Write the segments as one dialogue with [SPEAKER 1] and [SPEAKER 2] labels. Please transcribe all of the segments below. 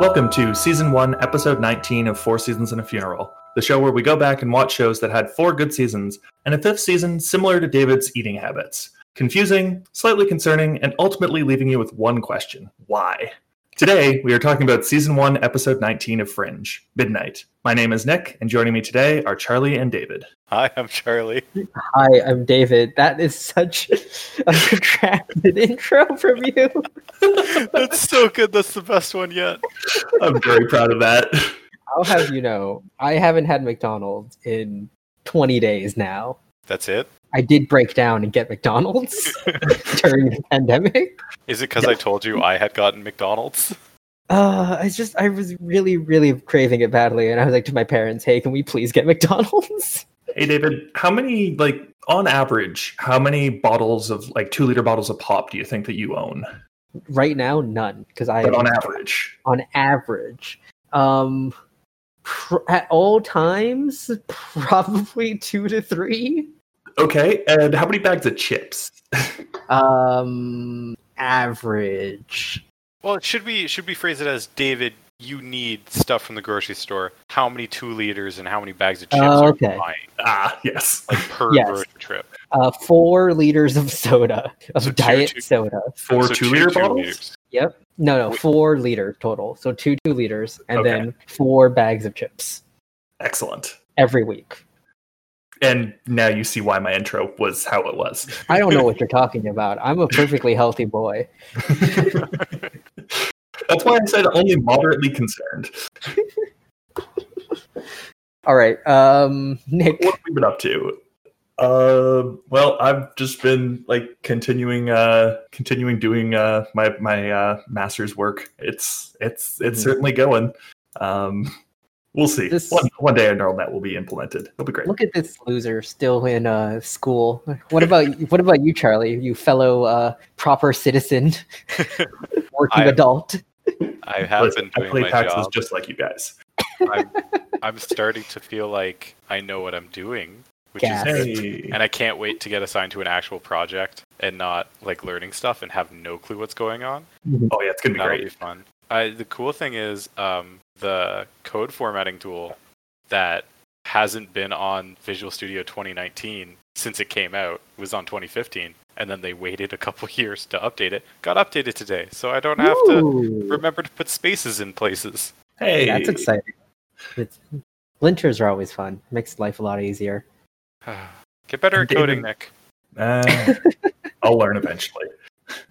[SPEAKER 1] Welcome to Season 1, Episode 19 of Four Seasons and a Funeral, the show where we go back and watch shows that had four good seasons and a fifth season similar to David's eating habits. Confusing, slightly concerning, and ultimately leaving you with one question why? Today, we are talking about Season 1, Episode 19 of Fringe, Midnight. My name is Nick, and joining me today are Charlie and David.
[SPEAKER 2] Hi, I'm Charlie.
[SPEAKER 3] Hi, I'm David. That is such a contracted intro from you.
[SPEAKER 2] That's so good. That's the best one yet.
[SPEAKER 1] I'm very proud of that.
[SPEAKER 3] I'll have you know, I haven't had McDonald's in 20 days now.
[SPEAKER 2] That's it.
[SPEAKER 3] I did break down and get McDonald's during the pandemic.
[SPEAKER 2] Is it because I told you I had gotten McDonald's?
[SPEAKER 3] Uh, I just, I was really, really craving it badly. And I was like to my parents, hey, can we please get McDonald's?
[SPEAKER 1] Hey, David, how many, like, on average, how many bottles of, like, two liter bottles of pop do you think that you own?
[SPEAKER 3] Right now, none. Because I,
[SPEAKER 1] But on average,
[SPEAKER 3] on average, um, pr- at all times, probably two to three.
[SPEAKER 1] okay. And how many bags of chips?
[SPEAKER 3] Um, average.
[SPEAKER 2] Well, should we should we phrase it as David? You need stuff from the grocery store. How many two liters and how many bags of chips
[SPEAKER 3] Oh,
[SPEAKER 2] are
[SPEAKER 3] okay.
[SPEAKER 2] you buying
[SPEAKER 1] Ah, yes.
[SPEAKER 2] like per
[SPEAKER 3] Yes.
[SPEAKER 2] grocery trip?
[SPEAKER 3] Uh, four liters of soda of
[SPEAKER 2] So two-
[SPEAKER 3] diet
[SPEAKER 2] two-
[SPEAKER 3] soda.
[SPEAKER 1] Four
[SPEAKER 2] So
[SPEAKER 1] two liter bottles?
[SPEAKER 2] liters.
[SPEAKER 3] Yep. No, no,
[SPEAKER 2] Wait.
[SPEAKER 3] four liter total. So two two liters, and
[SPEAKER 1] Okay.
[SPEAKER 3] then four bags of chips
[SPEAKER 1] Excellent.
[SPEAKER 3] every week.
[SPEAKER 1] And now you see why my intro was how it was.
[SPEAKER 3] I don't know what you're talking about. I'm a perfectly healthy boy.
[SPEAKER 1] That's why I said only moderately concerned.
[SPEAKER 3] All right, um, Nick.
[SPEAKER 1] What have we been up to? Uh, well, I've just been like continuing, uh, continuing doing uh, my my uh, master's work. It's it's it's
[SPEAKER 3] Mhm.
[SPEAKER 1] certainly going. Um, we'll see.
[SPEAKER 3] This-
[SPEAKER 1] One one day, a neural net will be implemented. It'll be great.
[SPEAKER 3] Look at this loser still in uh, school. What about what about you, Charlie? You fellow uh, proper citizen, working
[SPEAKER 2] I-
[SPEAKER 3] adult.
[SPEAKER 2] I have
[SPEAKER 1] Listen,
[SPEAKER 2] been doing
[SPEAKER 1] I play
[SPEAKER 2] my
[SPEAKER 1] taxes
[SPEAKER 2] job.
[SPEAKER 1] just like you guys.
[SPEAKER 2] I'm starting to feel like I know what I'm doing, which
[SPEAKER 3] Gas.
[SPEAKER 2] is good.
[SPEAKER 1] Hey.
[SPEAKER 2] And I can't wait to get assigned to an actual project and not like learning stuff and have no clue what's going on.
[SPEAKER 1] Oh yeah, it's gonna be
[SPEAKER 2] That'll
[SPEAKER 1] great.
[SPEAKER 2] be fun. Uh, the cool thing is um, the code formatting tool that hasn't been on Visual Studio 2019 since it came out was on 2015, and then they waited a couple years to update it. Got updated today, so I don't have to
[SPEAKER 3] Ooh.
[SPEAKER 2] remember to put spaces in places.
[SPEAKER 1] Hey,
[SPEAKER 3] That's exciting. It's, linters are always fun. Makes life a lot easier.
[SPEAKER 2] Get better at
[SPEAKER 1] David-
[SPEAKER 2] coding, Nick.
[SPEAKER 1] Uh, I'll learn eventually.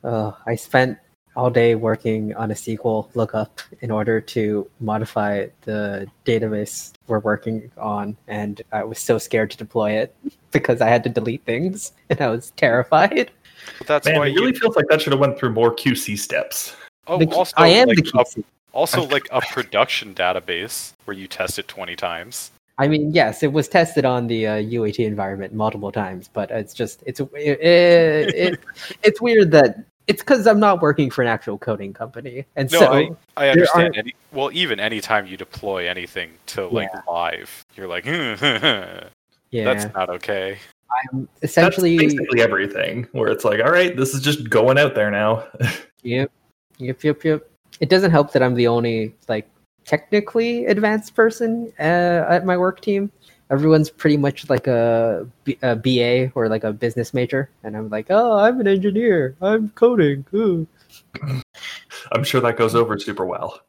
[SPEAKER 3] Uh, I spent all day working on a SQL lookup in order to modify the database we're working on, and I was so scared to deploy it because I had to delete things, and I was terrified.
[SPEAKER 2] But that's
[SPEAKER 1] Man,
[SPEAKER 2] why
[SPEAKER 1] it really
[SPEAKER 2] you.
[SPEAKER 1] feels like that should have went through more QC steps.
[SPEAKER 2] Oh,
[SPEAKER 3] The key-
[SPEAKER 2] also,
[SPEAKER 3] I am
[SPEAKER 2] like,
[SPEAKER 3] the
[SPEAKER 2] a,
[SPEAKER 3] QC.
[SPEAKER 2] also like a production database where you test it 20 times.
[SPEAKER 3] I mean, yes, it was tested on the uh, UAT environment multiple times, but it's just it's it, it, it's weird that it's because I'm not working for an actual coding company, and
[SPEAKER 2] No,
[SPEAKER 3] so
[SPEAKER 2] I
[SPEAKER 3] There
[SPEAKER 2] understand. Any, well, even anytime you deploy anything to like live, you're like, "Hmm, that's
[SPEAKER 3] yeah,
[SPEAKER 2] not okay.
[SPEAKER 3] I'm
[SPEAKER 1] That's
[SPEAKER 3] essentially
[SPEAKER 1] basically everything. Where it's like, all right, this is just going out there now.
[SPEAKER 3] Yep. Yep, yep, yep. It doesn't help that I'm the only like technically advanced person uh, at my work team. Everyone's pretty much like a, B- a BA or like a business major, and I'm like, oh, I'm an engineer. I'm coding. Ooh.
[SPEAKER 1] I'm sure that goes over super well.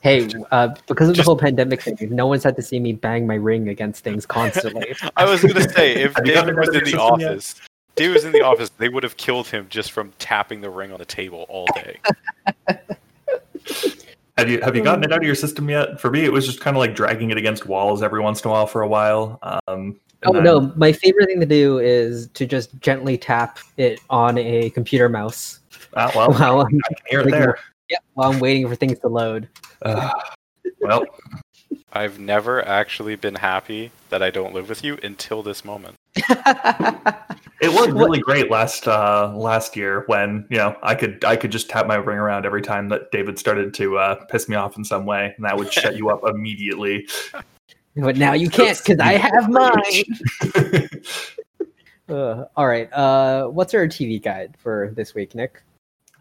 [SPEAKER 3] Hey, uh, because of the
[SPEAKER 2] Just-
[SPEAKER 3] whole pandemic thing, no one's had to see me bang my ring against things constantly.
[SPEAKER 2] I was gonna say if
[SPEAKER 1] Have you gotten
[SPEAKER 2] David
[SPEAKER 1] out of
[SPEAKER 2] was in
[SPEAKER 1] your
[SPEAKER 2] the
[SPEAKER 1] system yet?
[SPEAKER 2] office, David was in the office, they would have killed him just from tapping the ring on the table all day.
[SPEAKER 1] Have you have you gotten it out of your system yet? For me, it was just kind of like dragging it against walls every once in a while for a while. Um, and
[SPEAKER 3] Oh
[SPEAKER 1] then-
[SPEAKER 3] no, my favorite thing to do is to just gently tap it on a computer mouse
[SPEAKER 1] Ah, well, I
[SPEAKER 3] while I'm,
[SPEAKER 1] can hear it there.
[SPEAKER 3] yeah, while I'm waiting for things to load.
[SPEAKER 1] Ugh. well,
[SPEAKER 2] I've never actually been happy that I don't live with you until this moment.
[SPEAKER 1] it was really great last uh, last year when you know I could I could just tap my ring around every time that David started to uh, piss me off in some way, and that would shut you up immediately.
[SPEAKER 3] But now you can't because I have mine. Uh, all right. Uh, what's our TV guide for this week, Nick?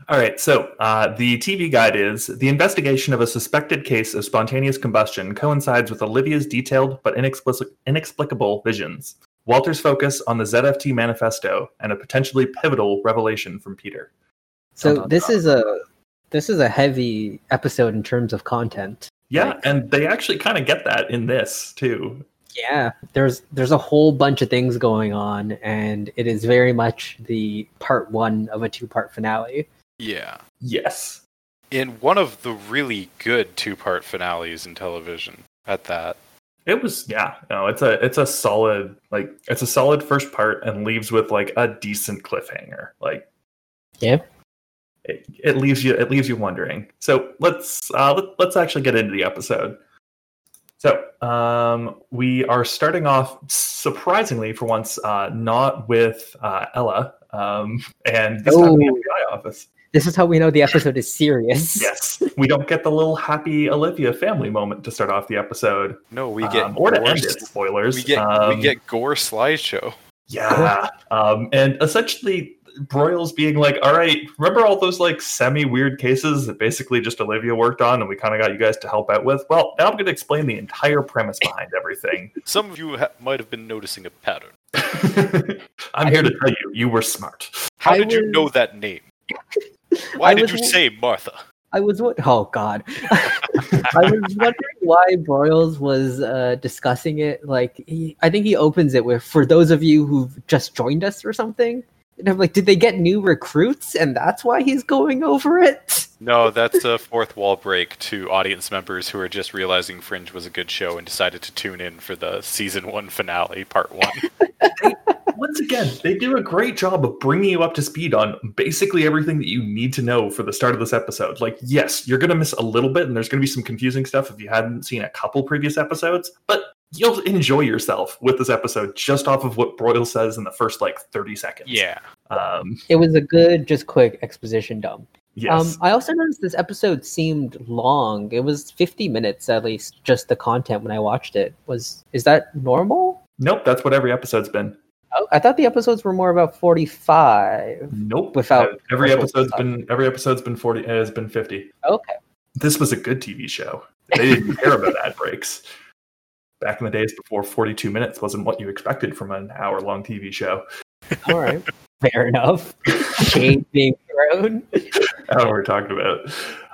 [SPEAKER 1] All right, so uh, the TV guide is the investigation of a suspected case of spontaneous combustion coincides with Olivia's detailed but inexplic- inexplicable visions, Walter's focus on the ZFT manifesto, and a potentially pivotal revelation from Peter.
[SPEAKER 3] So
[SPEAKER 1] Dun, dun,
[SPEAKER 3] this
[SPEAKER 1] dun.
[SPEAKER 3] is a this is a heavy episode in terms of content.
[SPEAKER 1] Yeah,
[SPEAKER 3] Right.
[SPEAKER 1] and they actually kind of get that in this too.
[SPEAKER 3] Yeah, there's there's a whole bunch of things going on, and it is very much the part one of a two part finale.
[SPEAKER 2] Yeah.
[SPEAKER 1] Yes.
[SPEAKER 2] In one of the really good two part finales in television at that.
[SPEAKER 1] It was yeah, no, it's a it's a solid like it's a solid first part and leaves with like a decent cliffhanger. Like
[SPEAKER 3] Yeah.
[SPEAKER 1] It, it leaves you it leaves you wondering. So let's uh let, let's actually get into the episode. So um we are starting off surprisingly for once uh not with uh Ella um and this time in
[SPEAKER 3] Oh.
[SPEAKER 1] the FBI office.
[SPEAKER 3] This is how we know the episode is serious.
[SPEAKER 1] Yes. We don't get the little happy Olivia family moment to start off the episode.
[SPEAKER 2] No, we get
[SPEAKER 1] um, or to
[SPEAKER 2] gore
[SPEAKER 1] end
[SPEAKER 2] s-
[SPEAKER 1] it, spoilers.
[SPEAKER 2] We get
[SPEAKER 1] Um,
[SPEAKER 2] we get gore slideshow.
[SPEAKER 1] yeah, um, and essentially Broyles being like, "All right, remember all those like semi weird cases that basically just Olivia worked on, and we kind of got you guys to help out with." Well, now I'm going to explain the entire premise behind everything.
[SPEAKER 2] Some of you ha- might have been noticing a pattern.
[SPEAKER 1] I'm here to tell you, you were smart.
[SPEAKER 2] How
[SPEAKER 3] I
[SPEAKER 2] did you
[SPEAKER 3] was-
[SPEAKER 2] know that name? Why
[SPEAKER 3] I
[SPEAKER 2] did
[SPEAKER 3] was
[SPEAKER 2] you
[SPEAKER 3] wo-
[SPEAKER 2] say Martha?
[SPEAKER 3] I was what? Oh God, I was wondering why Broyles was uh, discussing it. Like, he, I think he opens it with "For those of you who've just joined us" or something. And I'm like, did they get new recruits, and that's why he's going over it?
[SPEAKER 2] No, that's a fourth wall break to audience members who are just realizing Fringe was a good show and decided to tune in for the season one finale, part one.
[SPEAKER 1] Once again, they do a great job of bringing you up to speed on basically everything that you need to know for the start of this episode. Like, yes, you're going to miss a little bit, and there's going to be some confusing stuff if you hadn't seen a couple previous episodes, but you'll enjoy yourself with this episode just off of what Broyle says in the first like 30 seconds.
[SPEAKER 2] yeah.
[SPEAKER 1] Um,
[SPEAKER 3] It was a good, just quick exposition dump.
[SPEAKER 1] yes.
[SPEAKER 3] Um, I also noticed this episode seemed long. It was 50 minutes at least. Just the content when I watched it was is that normal?
[SPEAKER 1] nope, that's what every episode's been.
[SPEAKER 3] Oh, I thought the episodes were more about 45.
[SPEAKER 1] Nope.
[SPEAKER 3] Without-
[SPEAKER 1] every
[SPEAKER 3] without-
[SPEAKER 1] episode's been every episode's been 40 has been 50.
[SPEAKER 3] Okay.
[SPEAKER 1] This was a good TV show. They didn't care about ad breaks. Back in the days before 42 minutes wasn't what you expected from an hour long TV show.
[SPEAKER 3] All right. Fair enough. Shade being thrown.
[SPEAKER 1] That's what we're talking about.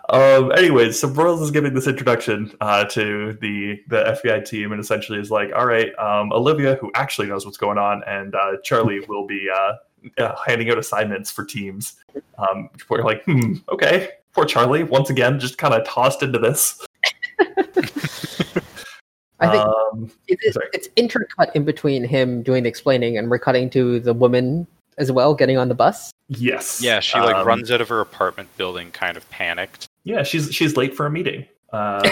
[SPEAKER 1] Um, anyways, so Broyles is giving this introduction uh, to the the FBI team and essentially is like, all right, um, Olivia, who actually knows what's going on, and uh, Charlie will be uh, uh, handing out assignments for teams. Um, we're like, hmm, okay. Poor Charlie, once again, just kind of tossed into this.
[SPEAKER 3] I think
[SPEAKER 1] um,
[SPEAKER 3] it is,
[SPEAKER 1] sorry.
[SPEAKER 3] it's intercut in between him doing the explaining and we're cutting to the woman as well getting on the bus.
[SPEAKER 1] yes.
[SPEAKER 2] Yeah, she like
[SPEAKER 1] Um,
[SPEAKER 2] runs out of her apartment building kind of panicked.
[SPEAKER 1] Yeah, she's she's late for a meeting. Um,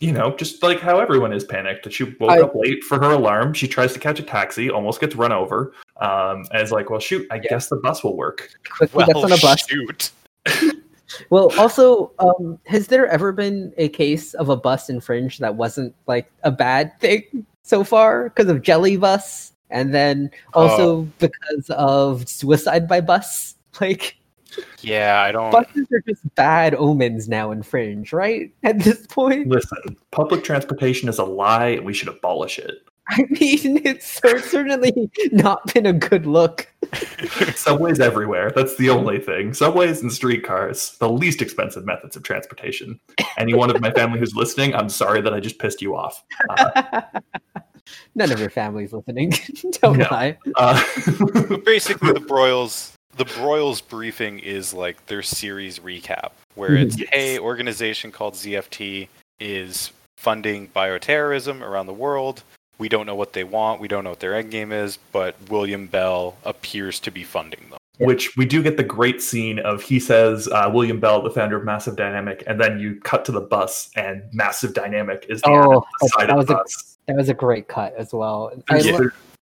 [SPEAKER 1] you know, just like how everyone is panicked. She woke
[SPEAKER 3] I-
[SPEAKER 1] up late for her alarm. She tries to catch a taxi, almost gets run over. Um, and is like, well, shoot, I guess the bus will work.
[SPEAKER 3] Quickly
[SPEAKER 2] Well,
[SPEAKER 3] gets on a bus.
[SPEAKER 2] shoot.
[SPEAKER 3] Well, also, um, has there ever been a case of a bus in Fringe that wasn't like a bad thing so far because of Jelly Bus, and then
[SPEAKER 1] Uh.
[SPEAKER 3] also because of Suicide by Bus? Like
[SPEAKER 2] Yeah, I
[SPEAKER 1] Oh.
[SPEAKER 2] don't.
[SPEAKER 3] buses are just bad omens now in Fringe, right? At this point,
[SPEAKER 1] Listen, public transportation is a lie. and We should abolish it.
[SPEAKER 3] I mean, it's cer- certainly not been a good look.
[SPEAKER 1] Subways everywhere. That's the only thing. Subways and streetcars, the least expensive methods of transportation. Anyone of my family who's listening, I'm sorry that I just pissed you off.
[SPEAKER 3] None of your family's listening. Don't
[SPEAKER 1] No.
[SPEAKER 3] lie.
[SPEAKER 1] Uh,
[SPEAKER 2] But basically, the Broyles the Broyles briefing is like their series recap, where
[SPEAKER 3] Mhm.
[SPEAKER 2] it's
[SPEAKER 1] Yes.
[SPEAKER 2] hey, organization called ZFT is funding bioterrorism around the world. We don't know what they want. We don't know what their end game is, but William Bell appears to be funding them.
[SPEAKER 3] Yeah.
[SPEAKER 1] which we do get the great scene of he says uh, William Bell, the founder of Massive Dynamic, and then you cut to the bus and Massive Dynamic is the
[SPEAKER 3] Oh,
[SPEAKER 1] other side
[SPEAKER 3] that
[SPEAKER 1] of
[SPEAKER 3] was
[SPEAKER 1] the
[SPEAKER 3] a
[SPEAKER 1] bus.
[SPEAKER 3] that was a great cut as well. I
[SPEAKER 1] Yeah.
[SPEAKER 3] lo-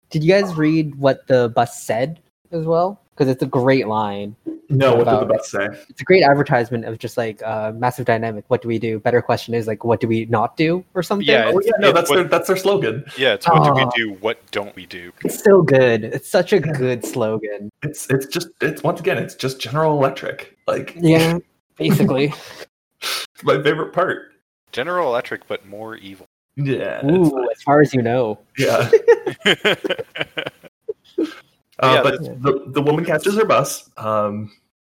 [SPEAKER 3] Did you guys read what the bus said as well? Because it's a great line.
[SPEAKER 1] No, what did the
[SPEAKER 3] about
[SPEAKER 1] bots say?
[SPEAKER 3] it's a great advertisement of just like uh, massive dynamic. What do we do? Better question is like, what do we not do or something?
[SPEAKER 2] Yeah,
[SPEAKER 1] Oh yeah, no,
[SPEAKER 2] it-
[SPEAKER 1] that's
[SPEAKER 2] what-
[SPEAKER 1] their that's their slogan.
[SPEAKER 2] Yeah, it's what do we
[SPEAKER 3] Aw.
[SPEAKER 2] do? What don't we do?
[SPEAKER 3] It's so good. It's such a good slogan.
[SPEAKER 1] It's it's just it's once again it's just General Electric. Like
[SPEAKER 3] Yeah, basically.
[SPEAKER 1] my favorite part.
[SPEAKER 2] General Electric, but more evil.
[SPEAKER 1] Yeah, it's-
[SPEAKER 3] Ooh, as far as you know.
[SPEAKER 1] yeah. Uh,
[SPEAKER 2] Yeah,
[SPEAKER 1] but the, the woman catches her bus. Um,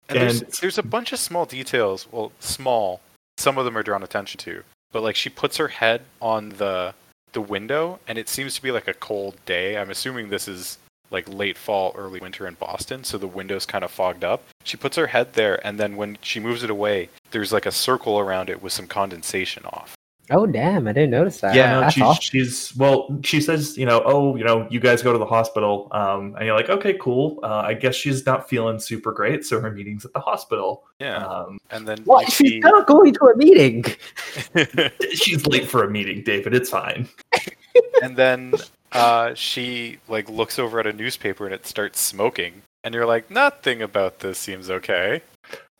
[SPEAKER 2] And there's,
[SPEAKER 1] And-
[SPEAKER 2] there's a bunch of small details. Well, small. Some of them are drawn attention to. But like she puts her head on the the window, and it seems to be like a cold day. I'm assuming this is like late fall, early winter in Boston, so the window's kind of fogged up. She puts her head there, and then when she moves it away, there's like a circle around it with some condensation off.
[SPEAKER 3] Oh damn, I didn't notice that.
[SPEAKER 2] Yeah,
[SPEAKER 1] no,
[SPEAKER 3] that's
[SPEAKER 1] she's,
[SPEAKER 3] awesome.
[SPEAKER 1] she's well. She says, you know, oh, you know, you guys go to the hospital, um, and you're like, okay, cool. Uh, I guess she's not feeling super great, so her meeting's at the hospital.
[SPEAKER 2] Yeah,
[SPEAKER 1] Um,
[SPEAKER 2] and then
[SPEAKER 3] What?
[SPEAKER 2] you
[SPEAKER 3] She's not going to a meeting.
[SPEAKER 2] see-
[SPEAKER 1] she's late for a meeting, David. It's fine.
[SPEAKER 2] and then uh, she like looks over at a newspaper and it starts smoking and you're like nothing about this seems okay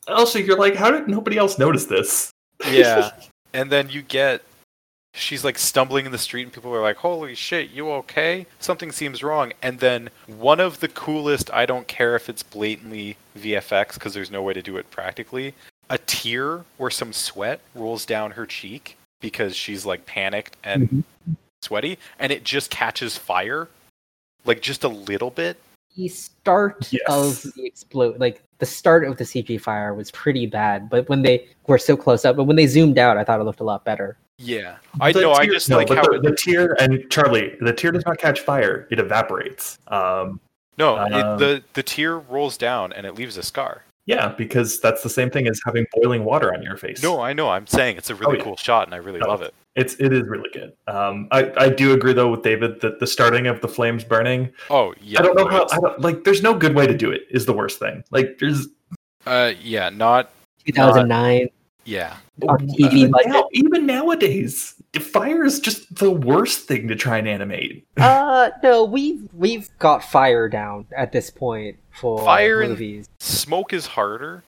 [SPEAKER 1] Also, you're like, how did nobody else notice this?
[SPEAKER 2] yeah and then you get she's like stumbling in the street and people are like holy shit you okay something seems wrong and then one of the coolest i don't care if it's blatantly vfx because there's no way to do it practically a tear or some sweat rolls down her cheek because she's like panicked and
[SPEAKER 3] Mhm.
[SPEAKER 1] Mm-hmm.
[SPEAKER 2] sweaty and it just catches fire like just a little bit
[SPEAKER 3] The start
[SPEAKER 1] Yes.
[SPEAKER 3] of the explode, like the start of the CG fire, was pretty bad. But when they were so close up, but when they zoomed out, I thought it looked a lot better.
[SPEAKER 2] Yeah, I
[SPEAKER 1] The
[SPEAKER 2] know. I
[SPEAKER 1] tear-
[SPEAKER 2] just
[SPEAKER 1] no,
[SPEAKER 2] like
[SPEAKER 1] but
[SPEAKER 2] how
[SPEAKER 1] the,
[SPEAKER 2] it,
[SPEAKER 1] the tear and Charlie. The tear does not catch fire; it evaporates. Um,
[SPEAKER 2] no
[SPEAKER 1] um,
[SPEAKER 2] it, the the tear rolls down and it leaves a scar.
[SPEAKER 1] yeah, because that's the same thing as having boiling water on your face.
[SPEAKER 2] No, I know. I'm saying it's a really
[SPEAKER 1] Oh, yeah.
[SPEAKER 2] cool shot, and I really
[SPEAKER 1] No.
[SPEAKER 2] love it.
[SPEAKER 1] It's it is really good. Um, I I do agree though with David that the starting of the flames burning.
[SPEAKER 2] Oh yeah,
[SPEAKER 1] I don't know
[SPEAKER 2] no,
[SPEAKER 1] how.
[SPEAKER 2] it's-
[SPEAKER 1] I don't, like, there's no good way to do it. Is the worst thing. Like, there's
[SPEAKER 2] uh, yeah, not
[SPEAKER 3] 2009
[SPEAKER 2] yeah.
[SPEAKER 3] on TV
[SPEAKER 1] even,
[SPEAKER 3] budget.
[SPEAKER 1] now, even nowadays, fire is just the worst thing to try and animate.
[SPEAKER 3] uh, no, we've we've got fire down at this point for
[SPEAKER 2] Fire and-
[SPEAKER 3] movies.
[SPEAKER 2] Smoke is harder,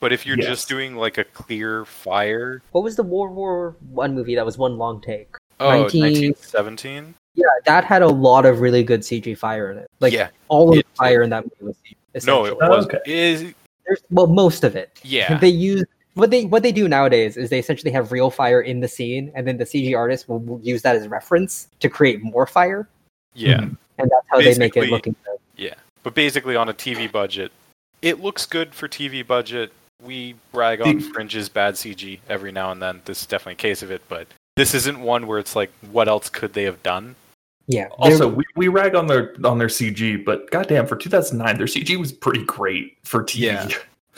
[SPEAKER 2] but if you're
[SPEAKER 1] Yes.
[SPEAKER 2] just doing like a clear fire,
[SPEAKER 3] What was the World War One movie that was one long take?
[SPEAKER 2] oh,
[SPEAKER 3] 19
[SPEAKER 2] 1917?
[SPEAKER 3] Yeah, that had a lot of really good CG fire in it. Like
[SPEAKER 2] yeah,
[SPEAKER 3] all of
[SPEAKER 2] it-
[SPEAKER 3] the fire in that movie was CG.
[SPEAKER 2] no,
[SPEAKER 3] essentially.
[SPEAKER 2] it was.
[SPEAKER 1] okay.
[SPEAKER 2] Is
[SPEAKER 3] There's, well, most of it.
[SPEAKER 2] yeah,
[SPEAKER 3] They use what they what they do nowadays is they essentially have real fire in the scene, and then the CG artist will- will use that as reference to create more fire,
[SPEAKER 2] yeah.
[SPEAKER 1] Hmm.
[SPEAKER 3] and that's how they make
[SPEAKER 2] Basically-
[SPEAKER 3] it look. Incredible.
[SPEAKER 2] But basically, on a TV budget, it looks good for TV budget. We brag on Fringe's bad CG every now and then. This is definitely a case of it, but this isn't one where it's like, what else could they have done?
[SPEAKER 3] Yeah.
[SPEAKER 1] Also, we, we rag on their on their CG, but goddamn, for 2009, their CG was pretty great for TV.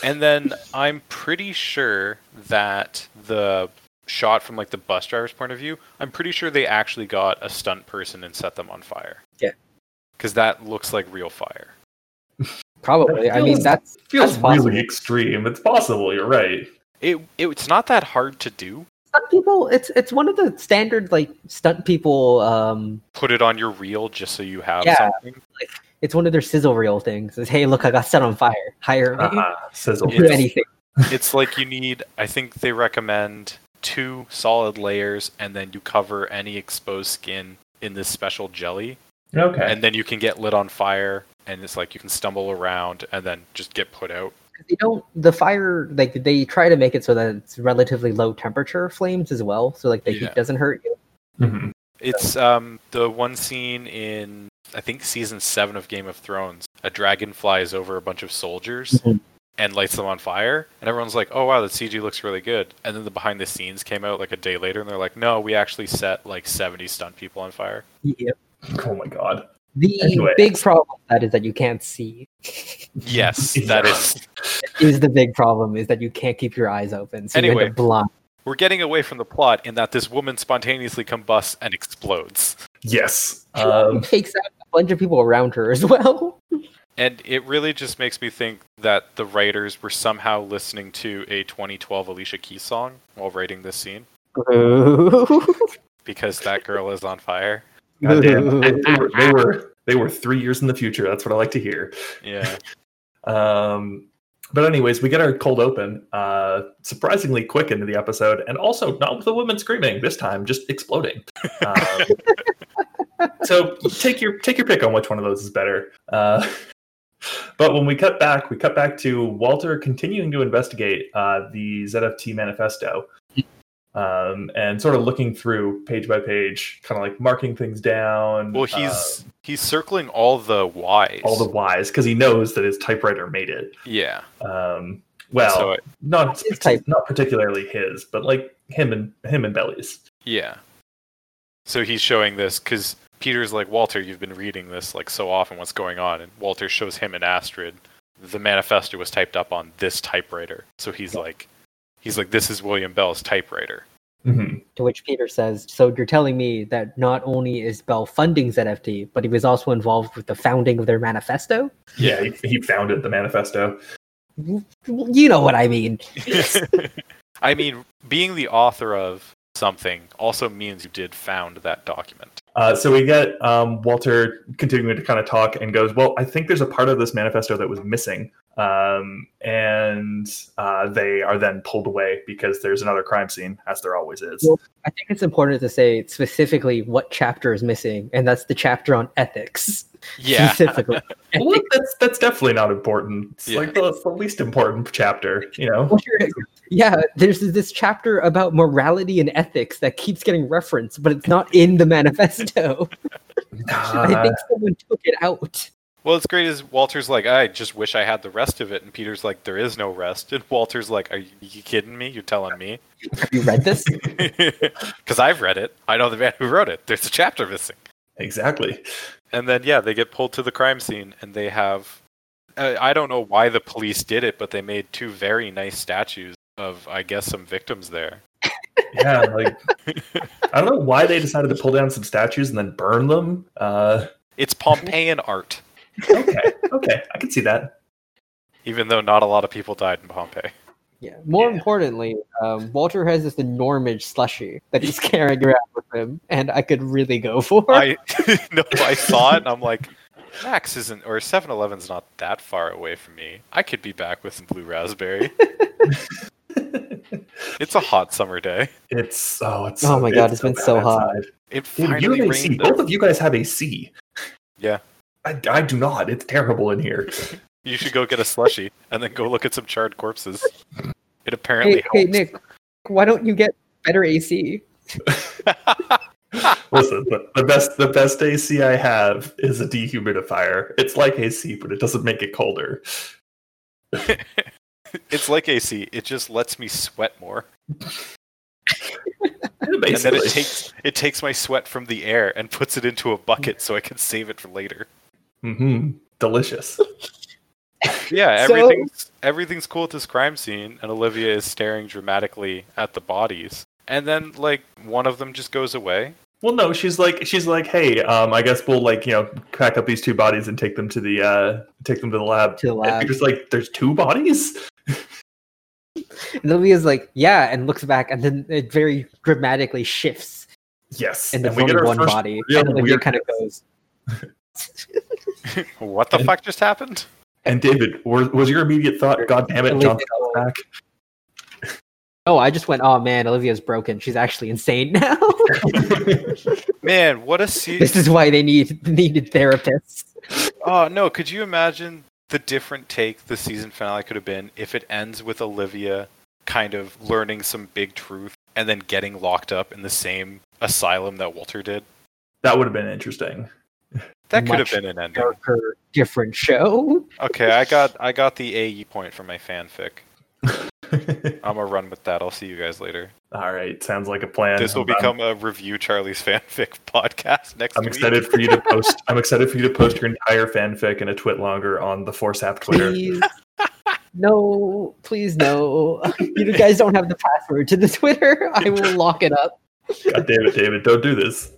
[SPEAKER 2] Yeah. And then I'm pretty sure that the shot from like the bus driver's point of view, I'm pretty sure they actually got a stunt person and set them on fire.
[SPEAKER 3] Yeah.
[SPEAKER 2] Because that looks like real fire.
[SPEAKER 3] Probably. I mean,
[SPEAKER 1] Feels-
[SPEAKER 3] that's
[SPEAKER 1] feels
[SPEAKER 3] that's possible.
[SPEAKER 1] really extreme. It's possible. You're right.
[SPEAKER 2] It, it's not that hard to do.
[SPEAKER 3] stunt people. It's it's one of the standard like stunt people. Um,
[SPEAKER 2] Put it on your reel just so you have
[SPEAKER 3] Yeah.
[SPEAKER 2] something.
[SPEAKER 3] it's one of their sizzle reel things. Is hey, look, I got set on fire. Hire me.
[SPEAKER 1] Uh-huh. Says
[SPEAKER 3] Do
[SPEAKER 2] Yes.
[SPEAKER 3] anything.
[SPEAKER 2] it's like you need i think they recommend two solid layers and then you cover any exposed skin in this special jelly
[SPEAKER 1] Okay.
[SPEAKER 2] and then you can get lit on fire and it's like you can stumble around and then just get put out
[SPEAKER 3] they don't the fire like they try to make it so that it's relatively low temperature flames as well so like the
[SPEAKER 2] Yeah.
[SPEAKER 3] heat doesn't hurt you
[SPEAKER 1] Mhm.
[SPEAKER 2] it's um the one scene in i think season 7 of game of thrones a dragon flies over a bunch of soldiers
[SPEAKER 3] Mhm.
[SPEAKER 2] and lights them on fire and everyone's like oh wow the cg looks really good and then the behind the scenes came out like a day later and they're like no we actually set like 70 stunt people on fire
[SPEAKER 1] Oh my god.
[SPEAKER 3] the
[SPEAKER 1] Anyway.
[SPEAKER 3] big problem with that is that you can't see
[SPEAKER 2] yes that is
[SPEAKER 3] is the big problem is that you can't keep your eyes open so you end
[SPEAKER 2] Anyway.
[SPEAKER 3] up blind
[SPEAKER 2] We're getting away from the plot in that this woman spontaneously combusts and explodes.
[SPEAKER 1] Yes. Um,
[SPEAKER 3] it takes out a bunch of people around her as well
[SPEAKER 2] And it really just makes me think that the writers were somehow listening to a 2012 Alicia Keys song while writing this scene because that girl is on fire.
[SPEAKER 1] goddamn. They, they were, they were they were three years in the future. That's what I like to hear.
[SPEAKER 2] Yeah.
[SPEAKER 1] Um, But anyways, we get our cold open uh, surprisingly quick into the episode, and also not with the woman screaming this time, just exploding. Um, so take your take your pick on which one of those is better. Uh, but when we cut back, we cut back to Walter continuing to investigate uh, the ZFT manifesto, um, and sort of looking through page by page, kind of like marking things down.
[SPEAKER 2] Well, he's he's circling all the Y's.
[SPEAKER 1] uh, all the whys because he knows that his typewriter made it.
[SPEAKER 2] yeah.
[SPEAKER 1] Um, well,
[SPEAKER 2] So it-
[SPEAKER 1] not
[SPEAKER 3] His type.
[SPEAKER 1] not particularly his, but like him and him and Belly's.
[SPEAKER 2] yeah. So he's showing this because Peter's like Walter, you've been reading this like so often. What's going on? And Walter shows him an Astrid. The manifesto was typed up on this typewriter. So he's like, he's like, this is William Bell's typewriter.
[SPEAKER 1] Mm-hmm.
[SPEAKER 3] To which Peter says, "So you're telling me that not only is Bell funding ZFT, but he was also involved with the founding of their manifesto?
[SPEAKER 1] Yeah, he, he founded the manifesto.
[SPEAKER 3] You know what I mean?
[SPEAKER 2] I mean, being the author of something also means you did found that document.
[SPEAKER 1] Uh, so we get um, Walter continuing to kind of talk and goes, "Well, I think there's a part of this manifesto that was missing," um, and uh, they are then pulled away because there's another crime scene, as there always is.
[SPEAKER 3] Yep. I think it's important to say specifically what chapter is missing, and that's the chapter on ethics
[SPEAKER 2] Yeah.
[SPEAKER 3] specifically.
[SPEAKER 1] Well, that's that's definitely not important. It's
[SPEAKER 2] Yeah.
[SPEAKER 1] like the, it's the least important chapter, you know.
[SPEAKER 3] Well, sure. Yeah, there's this chapter about morality and ethics that keeps getting referenced, but it's not in the manifesto.
[SPEAKER 1] Uh-huh.
[SPEAKER 3] I think someone took it out.
[SPEAKER 2] Well, it's great is Walter's like, I just wish I had the rest of it, and Peter's like, there is no rest, and Walter's like, are you kidding me? You're telling me?
[SPEAKER 3] Have you read this?
[SPEAKER 2] Because I've read it. I know the man who wrote it. There's a chapter missing.
[SPEAKER 1] exactly.
[SPEAKER 2] And then yeah, they get pulled to the crime scene, and they have. Uh, I don't know why the police did it, but they made two very nice statues of, I guess, some victims there.
[SPEAKER 1] yeah like i don't know why they decided to pull down some statues and then burn them uh
[SPEAKER 2] It's Pompeian art,
[SPEAKER 1] okay okay i can see that
[SPEAKER 2] even though not a lot of people died in Pompeii.
[SPEAKER 3] Yeah. More
[SPEAKER 1] Yeah.
[SPEAKER 3] importantly, um, Walter has this enormous slushy that he's carrying around with him, and I could really go for. Oh
[SPEAKER 2] I no, I saw it and I'm like, Max isn't or 7-Eleven's not that far away from me. I could be back with some blue raspberry. it's a hot summer day.
[SPEAKER 1] it's oh it's
[SPEAKER 3] Oh my God, it's been
[SPEAKER 1] bad
[SPEAKER 3] so hot.
[SPEAKER 1] outside.
[SPEAKER 2] It
[SPEAKER 1] Dude,
[SPEAKER 2] finally
[SPEAKER 1] you have a C.
[SPEAKER 2] rained.
[SPEAKER 1] both of you guys have a c
[SPEAKER 2] Yeah.
[SPEAKER 1] I, I do not it's terrible in here
[SPEAKER 2] You should go get a slushie and then go look at some charred corpses. It apparently
[SPEAKER 3] hey, hey,
[SPEAKER 2] helps.
[SPEAKER 3] Nick, why don't you get better AC?
[SPEAKER 1] listen the, the best the best ac i have is a dehumidifier it's like ac but it doesn't make it colder
[SPEAKER 2] It's like AC. It just lets me sweat more.
[SPEAKER 1] Basically.
[SPEAKER 2] And then it takes it takes my sweat from the air and puts it into a bucket so I can save it for later.
[SPEAKER 1] hmm delicious
[SPEAKER 2] Yeah,
[SPEAKER 3] So-
[SPEAKER 2] everything's everything's cool at this crime scene, and Olivia is staring dramatically at the bodies. And then like one of them just goes away.
[SPEAKER 1] Well, no, she's like she's like, hey, um, I guess we'll like you know pack up these two bodies and take them to the uh, take them to the lab.
[SPEAKER 3] To the
[SPEAKER 1] And
[SPEAKER 3] lab.
[SPEAKER 1] Peter's like, there's two bodies.
[SPEAKER 3] And Olivia's like, yeah, and looks back, and then it very dramatically shifts,
[SPEAKER 1] Yes,
[SPEAKER 3] and there's only one body.
[SPEAKER 1] real
[SPEAKER 3] and Olivia
[SPEAKER 1] weird-
[SPEAKER 3] kind of goes,
[SPEAKER 2] What the
[SPEAKER 1] And-
[SPEAKER 2] fuck just happened?
[SPEAKER 1] And David, was, was your immediate thought, God damn it, John's got back?
[SPEAKER 3] "Oh, I just went. Oh man, Olivia's broken. She's actually insane now.
[SPEAKER 2] Man, what a scene!
[SPEAKER 3] this is why they need needed therapists."
[SPEAKER 2] oh no, could you imagine the different take the season finale could have been if it ends with Olivia kind of learning some big truth and then getting locked up in the same asylum that Walter did?
[SPEAKER 1] That would have been interesting.
[SPEAKER 2] That could have
[SPEAKER 3] Much
[SPEAKER 2] been an ending.
[SPEAKER 3] Darker, different show.
[SPEAKER 2] Okay, I got I got the AE point from my fanfic. I'm gonna run with that. I'll see you guys later.
[SPEAKER 1] All right, sounds like a plan.
[SPEAKER 2] This will
[SPEAKER 1] I'm- I'm-
[SPEAKER 2] become a review Charlie's fanfic podcast next
[SPEAKER 1] I'm
[SPEAKER 2] week.
[SPEAKER 1] excited for you to post. I'm excited for you to post your entire fanfic in a twit longer on the Force app Twitter.
[SPEAKER 3] Please, no, please, no. you guys don't have the password to the Twitter. I will lock it up.
[SPEAKER 1] God damn it, David, don't do this.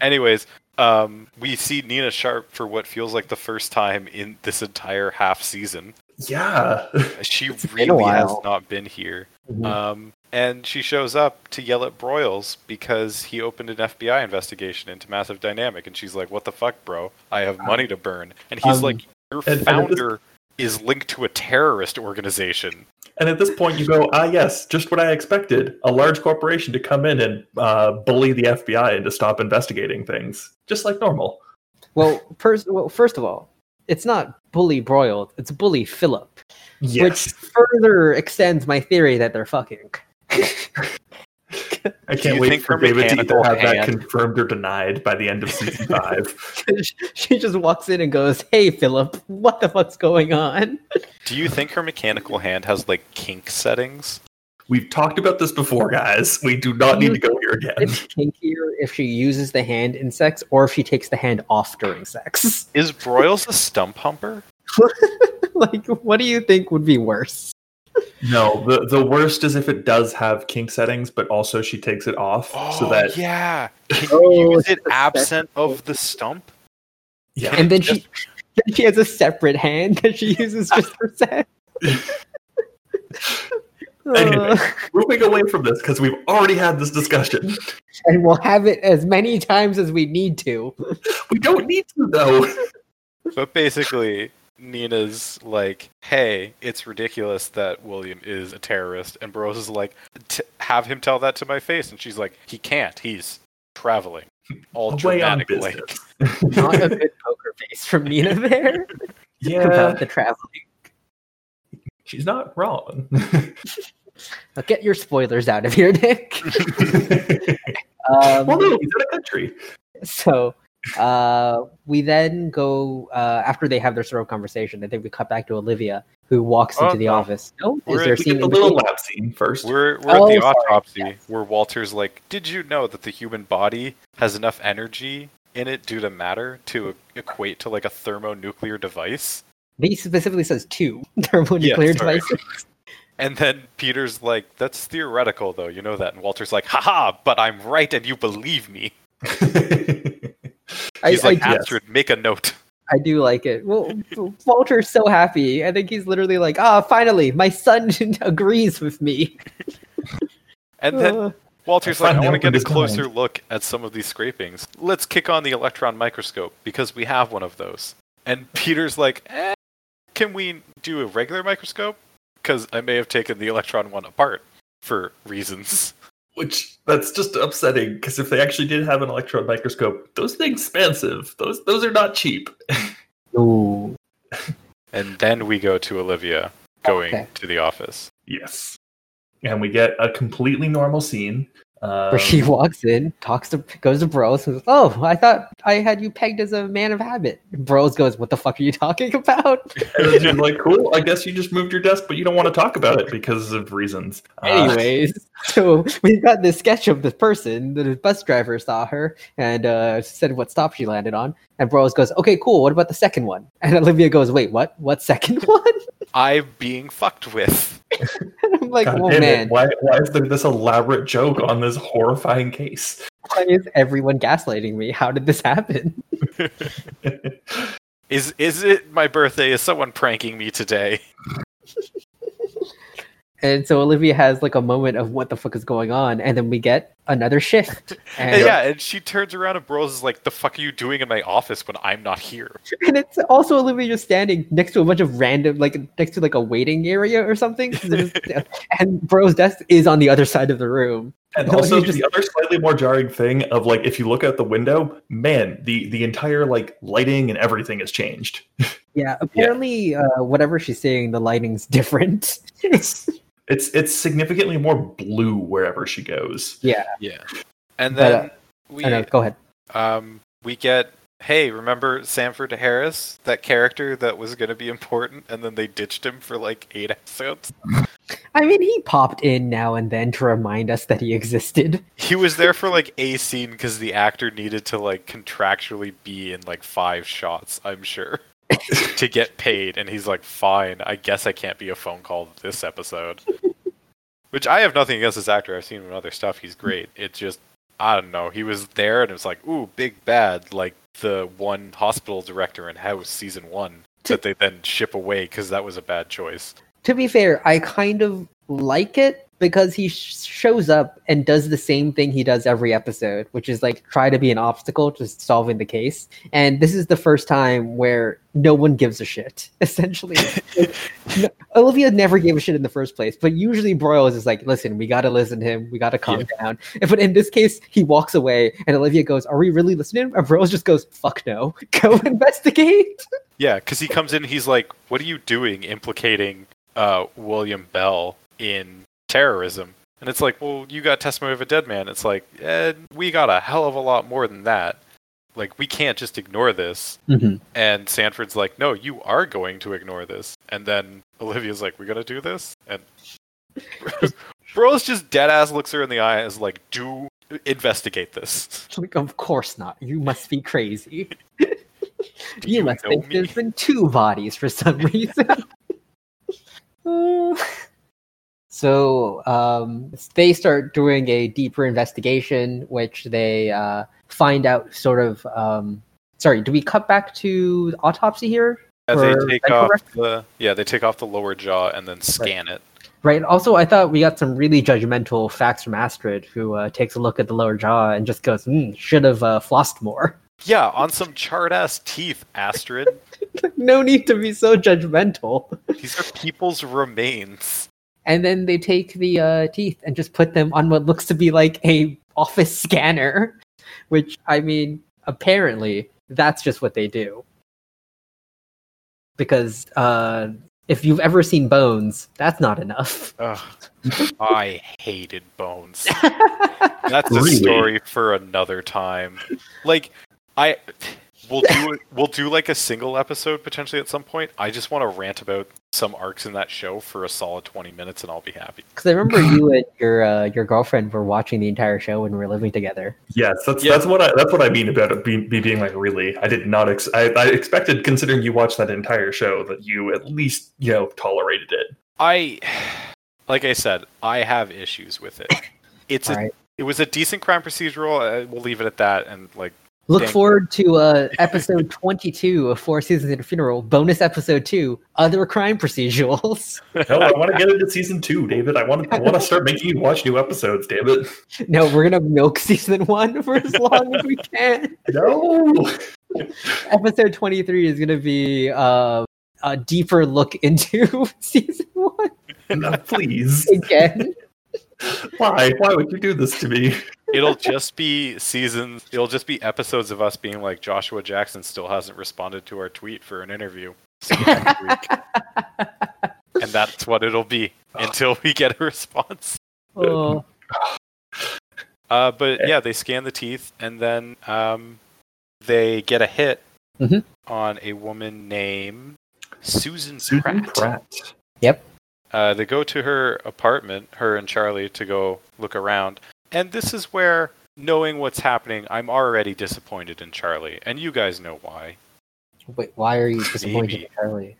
[SPEAKER 2] Anyways, um, we see Nina Sharp for what feels like the first time in this entire half season.
[SPEAKER 1] Yeah,
[SPEAKER 2] She
[SPEAKER 3] been a
[SPEAKER 2] really has
[SPEAKER 3] while.
[SPEAKER 2] not been here.
[SPEAKER 3] Mhm.
[SPEAKER 2] Um, and she shows up to yell at Broyles because he opened an FBI investigation into Massive Dynamic, and she's like, "What the fuck, bro? I have money to burn." And he's
[SPEAKER 3] Um,
[SPEAKER 2] like, "Your
[SPEAKER 1] and- and it
[SPEAKER 2] founder is linked to a terrorist organization.
[SPEAKER 1] And at this point, you go, ah, yes, just what I expected a large corporation to come in and uh, bully the FBI into stop investigating things, just like normal.
[SPEAKER 3] Well, pers- well, first of all, it's not bully broiled; it's bully Philip,
[SPEAKER 1] Yes.
[SPEAKER 3] which further extends my theory that they're fucking.
[SPEAKER 1] I
[SPEAKER 2] Do
[SPEAKER 1] can't
[SPEAKER 2] you
[SPEAKER 1] wait
[SPEAKER 2] think
[SPEAKER 1] for
[SPEAKER 2] her
[SPEAKER 1] David to either
[SPEAKER 2] mechanical
[SPEAKER 1] have that
[SPEAKER 2] hand-
[SPEAKER 1] confirmed or denied by the end of season five.
[SPEAKER 3] she just walks in and goes, "Hey, Philip, what the fuck's going on?"
[SPEAKER 2] Do you think her mechanical hand has like kink settings?
[SPEAKER 1] We've talked about this before, guys. We do not need to go here again.
[SPEAKER 3] It's kinkier if she uses the hand in sex or if she takes the hand off during sex.
[SPEAKER 2] Is Broyles a stump humper?
[SPEAKER 3] like, what do you think would be worse?
[SPEAKER 1] No, the, the worst is if it does have kink settings, but also she takes it off so that
[SPEAKER 2] yeah. Can
[SPEAKER 3] Oh,
[SPEAKER 2] you use
[SPEAKER 3] it's
[SPEAKER 2] it
[SPEAKER 3] a
[SPEAKER 2] absent of the stump?
[SPEAKER 1] yeah.
[SPEAKER 3] And then
[SPEAKER 2] Just-
[SPEAKER 3] she. Then she has a separate hand that she uses just for sex.
[SPEAKER 1] Anyway.
[SPEAKER 3] Uh,
[SPEAKER 1] Moving away from this because we've already had this discussion.
[SPEAKER 3] and we'll have it as many times as we need to.
[SPEAKER 1] We don't need to though.
[SPEAKER 2] But basically, Nina's like, "Hey, it's ridiculous that William is a terrorist," and Bros is like, T- "Have him tell that to my face," and she's like, "He can't. He's traveling." All
[SPEAKER 1] Away on
[SPEAKER 2] dramatic,
[SPEAKER 1] business.
[SPEAKER 2] like,
[SPEAKER 3] Not a good poker face from Nina there
[SPEAKER 1] Yeah,
[SPEAKER 3] about the travel.
[SPEAKER 1] she's not wrong.
[SPEAKER 3] Now get your spoilers out of here, Nick. Um,
[SPEAKER 1] well, no, he's out of country.
[SPEAKER 3] so uh, we then go uh, after they have their sort of conversation. I think we cut back to Olivia, who walks
[SPEAKER 2] Oh,
[SPEAKER 3] into the
[SPEAKER 2] no.
[SPEAKER 3] office. No,
[SPEAKER 2] We're
[SPEAKER 3] is
[SPEAKER 2] at
[SPEAKER 3] there a
[SPEAKER 1] We
[SPEAKER 3] scene
[SPEAKER 1] get the
[SPEAKER 3] in
[SPEAKER 1] little
[SPEAKER 3] between?
[SPEAKER 1] lab scene first.
[SPEAKER 2] we're we're
[SPEAKER 3] Oh,
[SPEAKER 2] at the
[SPEAKER 3] sorry,
[SPEAKER 2] autopsy where Walter's like, "Did you know that the human body has enough energy in it due to matter to equate to like a thermonuclear device?"
[SPEAKER 3] He specifically says two thermonuclear
[SPEAKER 2] Yeah, sorry.
[SPEAKER 3] devices.
[SPEAKER 2] And then Peter's like, that's theoretical, though. You know that. And Walter's like, haha, but I'm right and you believe me.
[SPEAKER 3] I,
[SPEAKER 2] He's
[SPEAKER 3] I,
[SPEAKER 2] like,
[SPEAKER 3] do-
[SPEAKER 1] yes.
[SPEAKER 2] Astrid, make a note.
[SPEAKER 3] I do like it. Well, Walter's so happy. I think he's literally like, ah, finally, my son agrees with me.
[SPEAKER 2] And then
[SPEAKER 3] Uh,
[SPEAKER 2] Walter's
[SPEAKER 1] I
[SPEAKER 2] like, I
[SPEAKER 1] finally
[SPEAKER 2] want to get
[SPEAKER 1] opened
[SPEAKER 2] a
[SPEAKER 1] his
[SPEAKER 2] closer
[SPEAKER 1] mind."
[SPEAKER 2] look at some of these scrapings. Let's kick on the electron microscope because we have one of those. And Peter's like, eh, can we do a regular microscope? Because I may have taken the electron one apart for reasons.
[SPEAKER 1] Which that's just upsetting because if they actually did have an electron microscope, those things expensive. Those those are not cheap.
[SPEAKER 3] ooh.
[SPEAKER 2] And then we go to Olivia going
[SPEAKER 3] Okay.
[SPEAKER 2] to the office.
[SPEAKER 1] Yes. And we get a completely normal scene. Um,
[SPEAKER 3] Where she walks in, talks to, goes to Bros, and goes, "Oh, I thought I had you pegged as a man of habit." Bros goes, "What the fuck are you talking about?"
[SPEAKER 1] and then she's like, "Cool, I guess you just moved your desk, but you don't want to talk about it because of reasons." Uh,
[SPEAKER 3] Anyways, so we got this sketch of this person. The bus driver saw her and uh, said what stop she landed on. And Bros goes, "Okay, cool. What about the second one?" And Olivia goes, "Wait, what? What second one?"
[SPEAKER 2] I'm being fucked with.
[SPEAKER 3] And I'm like,
[SPEAKER 1] God
[SPEAKER 3] "Oh
[SPEAKER 1] damn it,
[SPEAKER 3] man,
[SPEAKER 1] Why, why is there this elaborate joke on this horrifying case?
[SPEAKER 3] why is everyone gaslighting me? How did this happen?"
[SPEAKER 2] Is is it my birthday? Is someone pranking me today?
[SPEAKER 3] And so Olivia has like a moment of what the fuck is going on, and then we get another shift.
[SPEAKER 2] And
[SPEAKER 3] And
[SPEAKER 2] yeah, and she turns around and Bros is like, "The fuck are you doing in my office when I'm not here?"
[SPEAKER 3] And it's also Olivia just standing next to a bunch of random, like next to like a waiting area or something. There's- and Bro's desk is on the other side of the room.
[SPEAKER 1] And
[SPEAKER 3] No,
[SPEAKER 1] also
[SPEAKER 3] you just-
[SPEAKER 1] the other slightly more jarring thing of like if you look out the window, man, the the entire like lighting and everything has changed.
[SPEAKER 3] Yeah, apparently, Uh, whatever she's seeing, the lighting's different.
[SPEAKER 1] It's it's significantly more blue wherever she goes.
[SPEAKER 2] Yeah, and
[SPEAKER 3] But, uh,
[SPEAKER 2] then we
[SPEAKER 3] I know, go ahead.
[SPEAKER 2] um we get, "Hey, remember Sanford Harris, that character that was going to be important, and then they ditched him for like eight episodes?
[SPEAKER 3] I mean, he popped in now and then to remind us that he existed.
[SPEAKER 2] He was there for like a scene because the actor needed to like contractually be in like five shots, I'm sure, to get paid. And he's like, fine, I guess I can't be a phone call this episode. Which I have nothing against this actor. I've seen him in other stuff. He's great. It just, I don't know. He was there and it was like, ooh, big bad, like the one hospital director in House season one that they then ship away because that was a bad choice.
[SPEAKER 3] To be fair, I kind of like it because he sh- shows up and does the same thing he does every episode, which is like try to be an obstacle to solving the case. And this is the first time where no one gives a shit, essentially. Like, no, Olivia never gave a shit in the first place, but usually Broyles is like, listen, we got to listen to him. We got to calm down. And- But in this case, he walks away and Olivia goes, are we really listening? And Broyles just goes, fuck no, go investigate.
[SPEAKER 2] Yeah, because he comes in, he's like, "What are you doing, implicating uh, William Bell in terrorism?" And it's like, "Well, you got testimony of a dead man." It's like, eh, "We got a hell of a lot more than that. Like, we can't just ignore this." And Sanford's like, "No, you are going to ignore this." And then Olivia's like, "We're gonna do this." And Bros just dead ass looks her in the eye and is like, "Do investigate this."
[SPEAKER 3] Like, of course not. You must be crazy.
[SPEAKER 2] Do
[SPEAKER 3] You must
[SPEAKER 2] know
[SPEAKER 3] think
[SPEAKER 2] me?"
[SPEAKER 3] there's been two bodies for some reason. Uh, so um, they start doing a deeper investigation, which they uh, find out sort of. Um, sorry, do we cut back to autopsy here?
[SPEAKER 2] Yeah, they
[SPEAKER 3] for
[SPEAKER 2] take
[SPEAKER 3] medical
[SPEAKER 2] off
[SPEAKER 3] records?
[SPEAKER 2] the yeah, they take off the lower jaw and then scan it.
[SPEAKER 3] Right. Also, I thought we got some really judgmental facts from Astrid, who uh, takes a look at the lower jaw and just goes, mm, "Should have uh, flossed more."
[SPEAKER 2] Yeah, on some charred ass teeth, Astrid.
[SPEAKER 3] no need to be so judgmental.
[SPEAKER 2] These are people's remains.
[SPEAKER 3] and then they take the uh, teeth and just put them on what looks to be like a office scanner which i mean apparently that's just what they do because uh, if you've ever seen bones that's not enough
[SPEAKER 2] Ugh. I hated bones. That's a
[SPEAKER 1] Really?
[SPEAKER 2] story for another time. Like, I we'll do we'll do like a single episode potentially at some point. I just want to rant about some arcs in that show for a solid twenty minutes, and I'll be happy.
[SPEAKER 3] because i remember you and your uh, your girlfriend were watching the entire show when we were living together
[SPEAKER 1] Yes, that's
[SPEAKER 2] Yeah.
[SPEAKER 1] that's what I that's what I mean about it being, me being like really. I did not. Ex- I, I expected, considering you watched that entire show, that you at least you know tolerated it.
[SPEAKER 2] I, like I said, I have issues with it. It's a,
[SPEAKER 3] Alright.
[SPEAKER 2] it was a decent crime procedural. uh, We'll leave it at that, and like.
[SPEAKER 3] look
[SPEAKER 2] Dang.
[SPEAKER 3] forward to uh, episode 22 of four seasons and a funeral bonus episode 2 other crime procedurals
[SPEAKER 1] No, I want to get into season two, David. I want to I want to start making you watch new episodes, David.
[SPEAKER 3] No, we're gonna milk season one for as long as we can.
[SPEAKER 1] No.
[SPEAKER 3] Episode twenty three is gonna be uh, a deeper look into season one
[SPEAKER 1] No, please.
[SPEAKER 3] again.
[SPEAKER 1] Why? Why would you do this to me?
[SPEAKER 2] it'll just be seasons it'll just be episodes of us being like joshua jackson still hasn't responded to our tweet for an interview See you next week. and that's what it'll be until we get a response
[SPEAKER 3] oh,
[SPEAKER 2] uh, but yeah they scan the teeth and then um, they get a hit
[SPEAKER 3] Mhm.
[SPEAKER 2] on a woman named susan,
[SPEAKER 1] Susan
[SPEAKER 2] pratt,
[SPEAKER 1] Pratt.
[SPEAKER 2] Uh, they go to her apartment her and charlie to go look around and this is where knowing what's happening i'm already disappointed in charlie and you guys know why
[SPEAKER 3] wait, why are you disappointed,
[SPEAKER 2] Maybe.
[SPEAKER 3] in Charlie?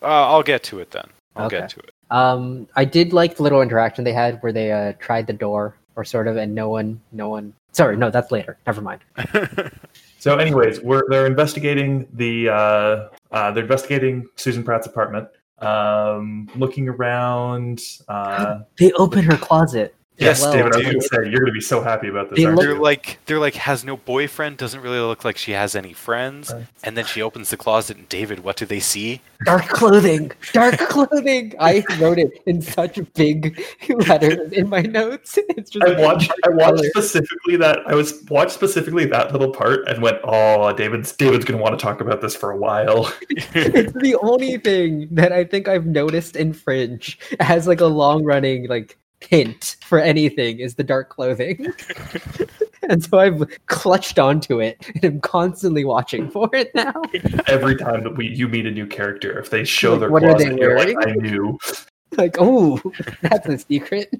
[SPEAKER 2] Uh, I'll get to it then. I'll
[SPEAKER 3] Okay.
[SPEAKER 2] get to it.
[SPEAKER 3] Um, I did like the little interaction they had where they uh, tried the door or sort of, and no one, no one. Sorry, no, that's later. Never mind.
[SPEAKER 1] So, anyways, we're they're investigating the uh, uh, they're investigating Susan Pratt's apartment, um, looking around. Uh,
[SPEAKER 3] They open her closet.
[SPEAKER 1] yes,
[SPEAKER 3] Well,
[SPEAKER 1] David, I was
[SPEAKER 2] dude.
[SPEAKER 1] going to say you're going to be so happy about this.
[SPEAKER 3] They
[SPEAKER 1] aren't
[SPEAKER 3] look-
[SPEAKER 2] They're
[SPEAKER 1] you?
[SPEAKER 2] like they're like has no boyfriend, doesn't really look like she has any friends.
[SPEAKER 1] Right.
[SPEAKER 2] And then she opens the closet and David, what do they see?
[SPEAKER 3] Dark clothing. Dark clothing. I wrote it in such big letters in my notes. It's just
[SPEAKER 1] I watched. I watched
[SPEAKER 3] color.
[SPEAKER 1] specifically that. I was watched specifically that little part and went, "Oh, David's David's going to want to talk about this for a while."
[SPEAKER 3] it's the only thing that I think I've noticed in Fringe as like a long running like hint for anything is the dark clothing. and so I've clutched onto it and I'm constantly watching for it now.
[SPEAKER 1] Every time that we you meet a new character, if they show
[SPEAKER 3] Like,
[SPEAKER 1] their
[SPEAKER 3] what are
[SPEAKER 1] closet,
[SPEAKER 3] they
[SPEAKER 1] you're like,
[SPEAKER 3] wearing?
[SPEAKER 1] "I knew."
[SPEAKER 3] Like, oh, that's a secret.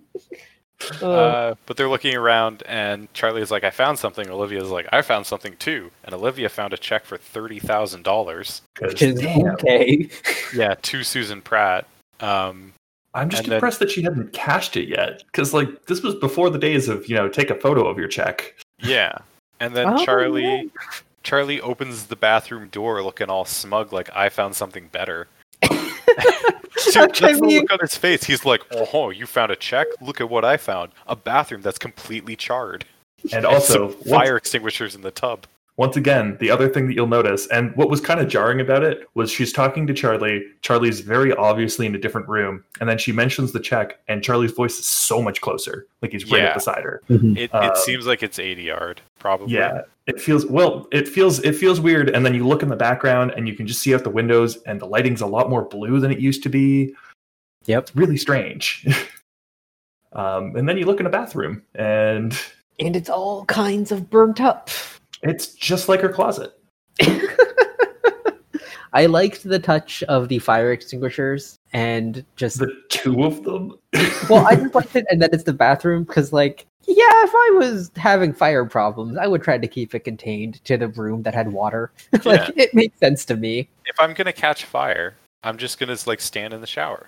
[SPEAKER 3] Uh,
[SPEAKER 2] Uh, but they're looking around and Charlie is like, I found something. Olivia's like, I found something too. And Olivia found a check for thirty thousand dollars.
[SPEAKER 1] 'Cause,
[SPEAKER 3] which is
[SPEAKER 1] damn,
[SPEAKER 3] okay.
[SPEAKER 2] Yeah, to Susan Pratt. Um,
[SPEAKER 1] I'm just
[SPEAKER 2] and then-
[SPEAKER 1] impressed that she hadn't cashed it yet, because like this was before the days of you know take a photo of your check.
[SPEAKER 2] yeah. And then
[SPEAKER 3] Oh,
[SPEAKER 2] Charlie
[SPEAKER 3] man.
[SPEAKER 2] Charlie opens the bathroom door looking all smug like I found something better. Dude,
[SPEAKER 3] Like,
[SPEAKER 2] that's
[SPEAKER 3] I
[SPEAKER 2] the
[SPEAKER 3] mean-
[SPEAKER 2] look on his face. He's like, "Oh, you found a check? Look at what I found! A bathroom that's completely charred,
[SPEAKER 1] And
[SPEAKER 2] And
[SPEAKER 1] also,
[SPEAKER 2] some
[SPEAKER 1] once-
[SPEAKER 2] fire extinguishers in the tub."
[SPEAKER 1] Once again, the other thing that you'll notice, and what was kind of jarring about it, was she's talking to Charlie. Charlie's very obviously in a different room, and then she mentions the check, and Charlie's voice is so much closer. Like he's right
[SPEAKER 2] Yeah.
[SPEAKER 1] up beside her.
[SPEAKER 2] It,
[SPEAKER 1] Uh,
[SPEAKER 2] it seems like it's 80 yard, probably.
[SPEAKER 1] Yeah. It feels well, it feels it feels weird. And then you look in the background and you can just see out the windows, and the lighting's a lot more blue than it used to be.
[SPEAKER 3] Yep.
[SPEAKER 1] It's really strange. um, and then you look in a bathroom and
[SPEAKER 3] And it's all kinds of burnt up.
[SPEAKER 1] it's just like her closet.
[SPEAKER 3] I liked the touch of the fire extinguishers and just
[SPEAKER 1] The two of them.
[SPEAKER 3] well, I just liked it, and then it's the bathroom because, like, yeah, if I was having fire problems, I would try to keep it contained to the room that had water. like,
[SPEAKER 2] Yeah.
[SPEAKER 3] it makes sense to me.
[SPEAKER 2] If I'm gonna catch fire, I'm just gonna like stand in the shower.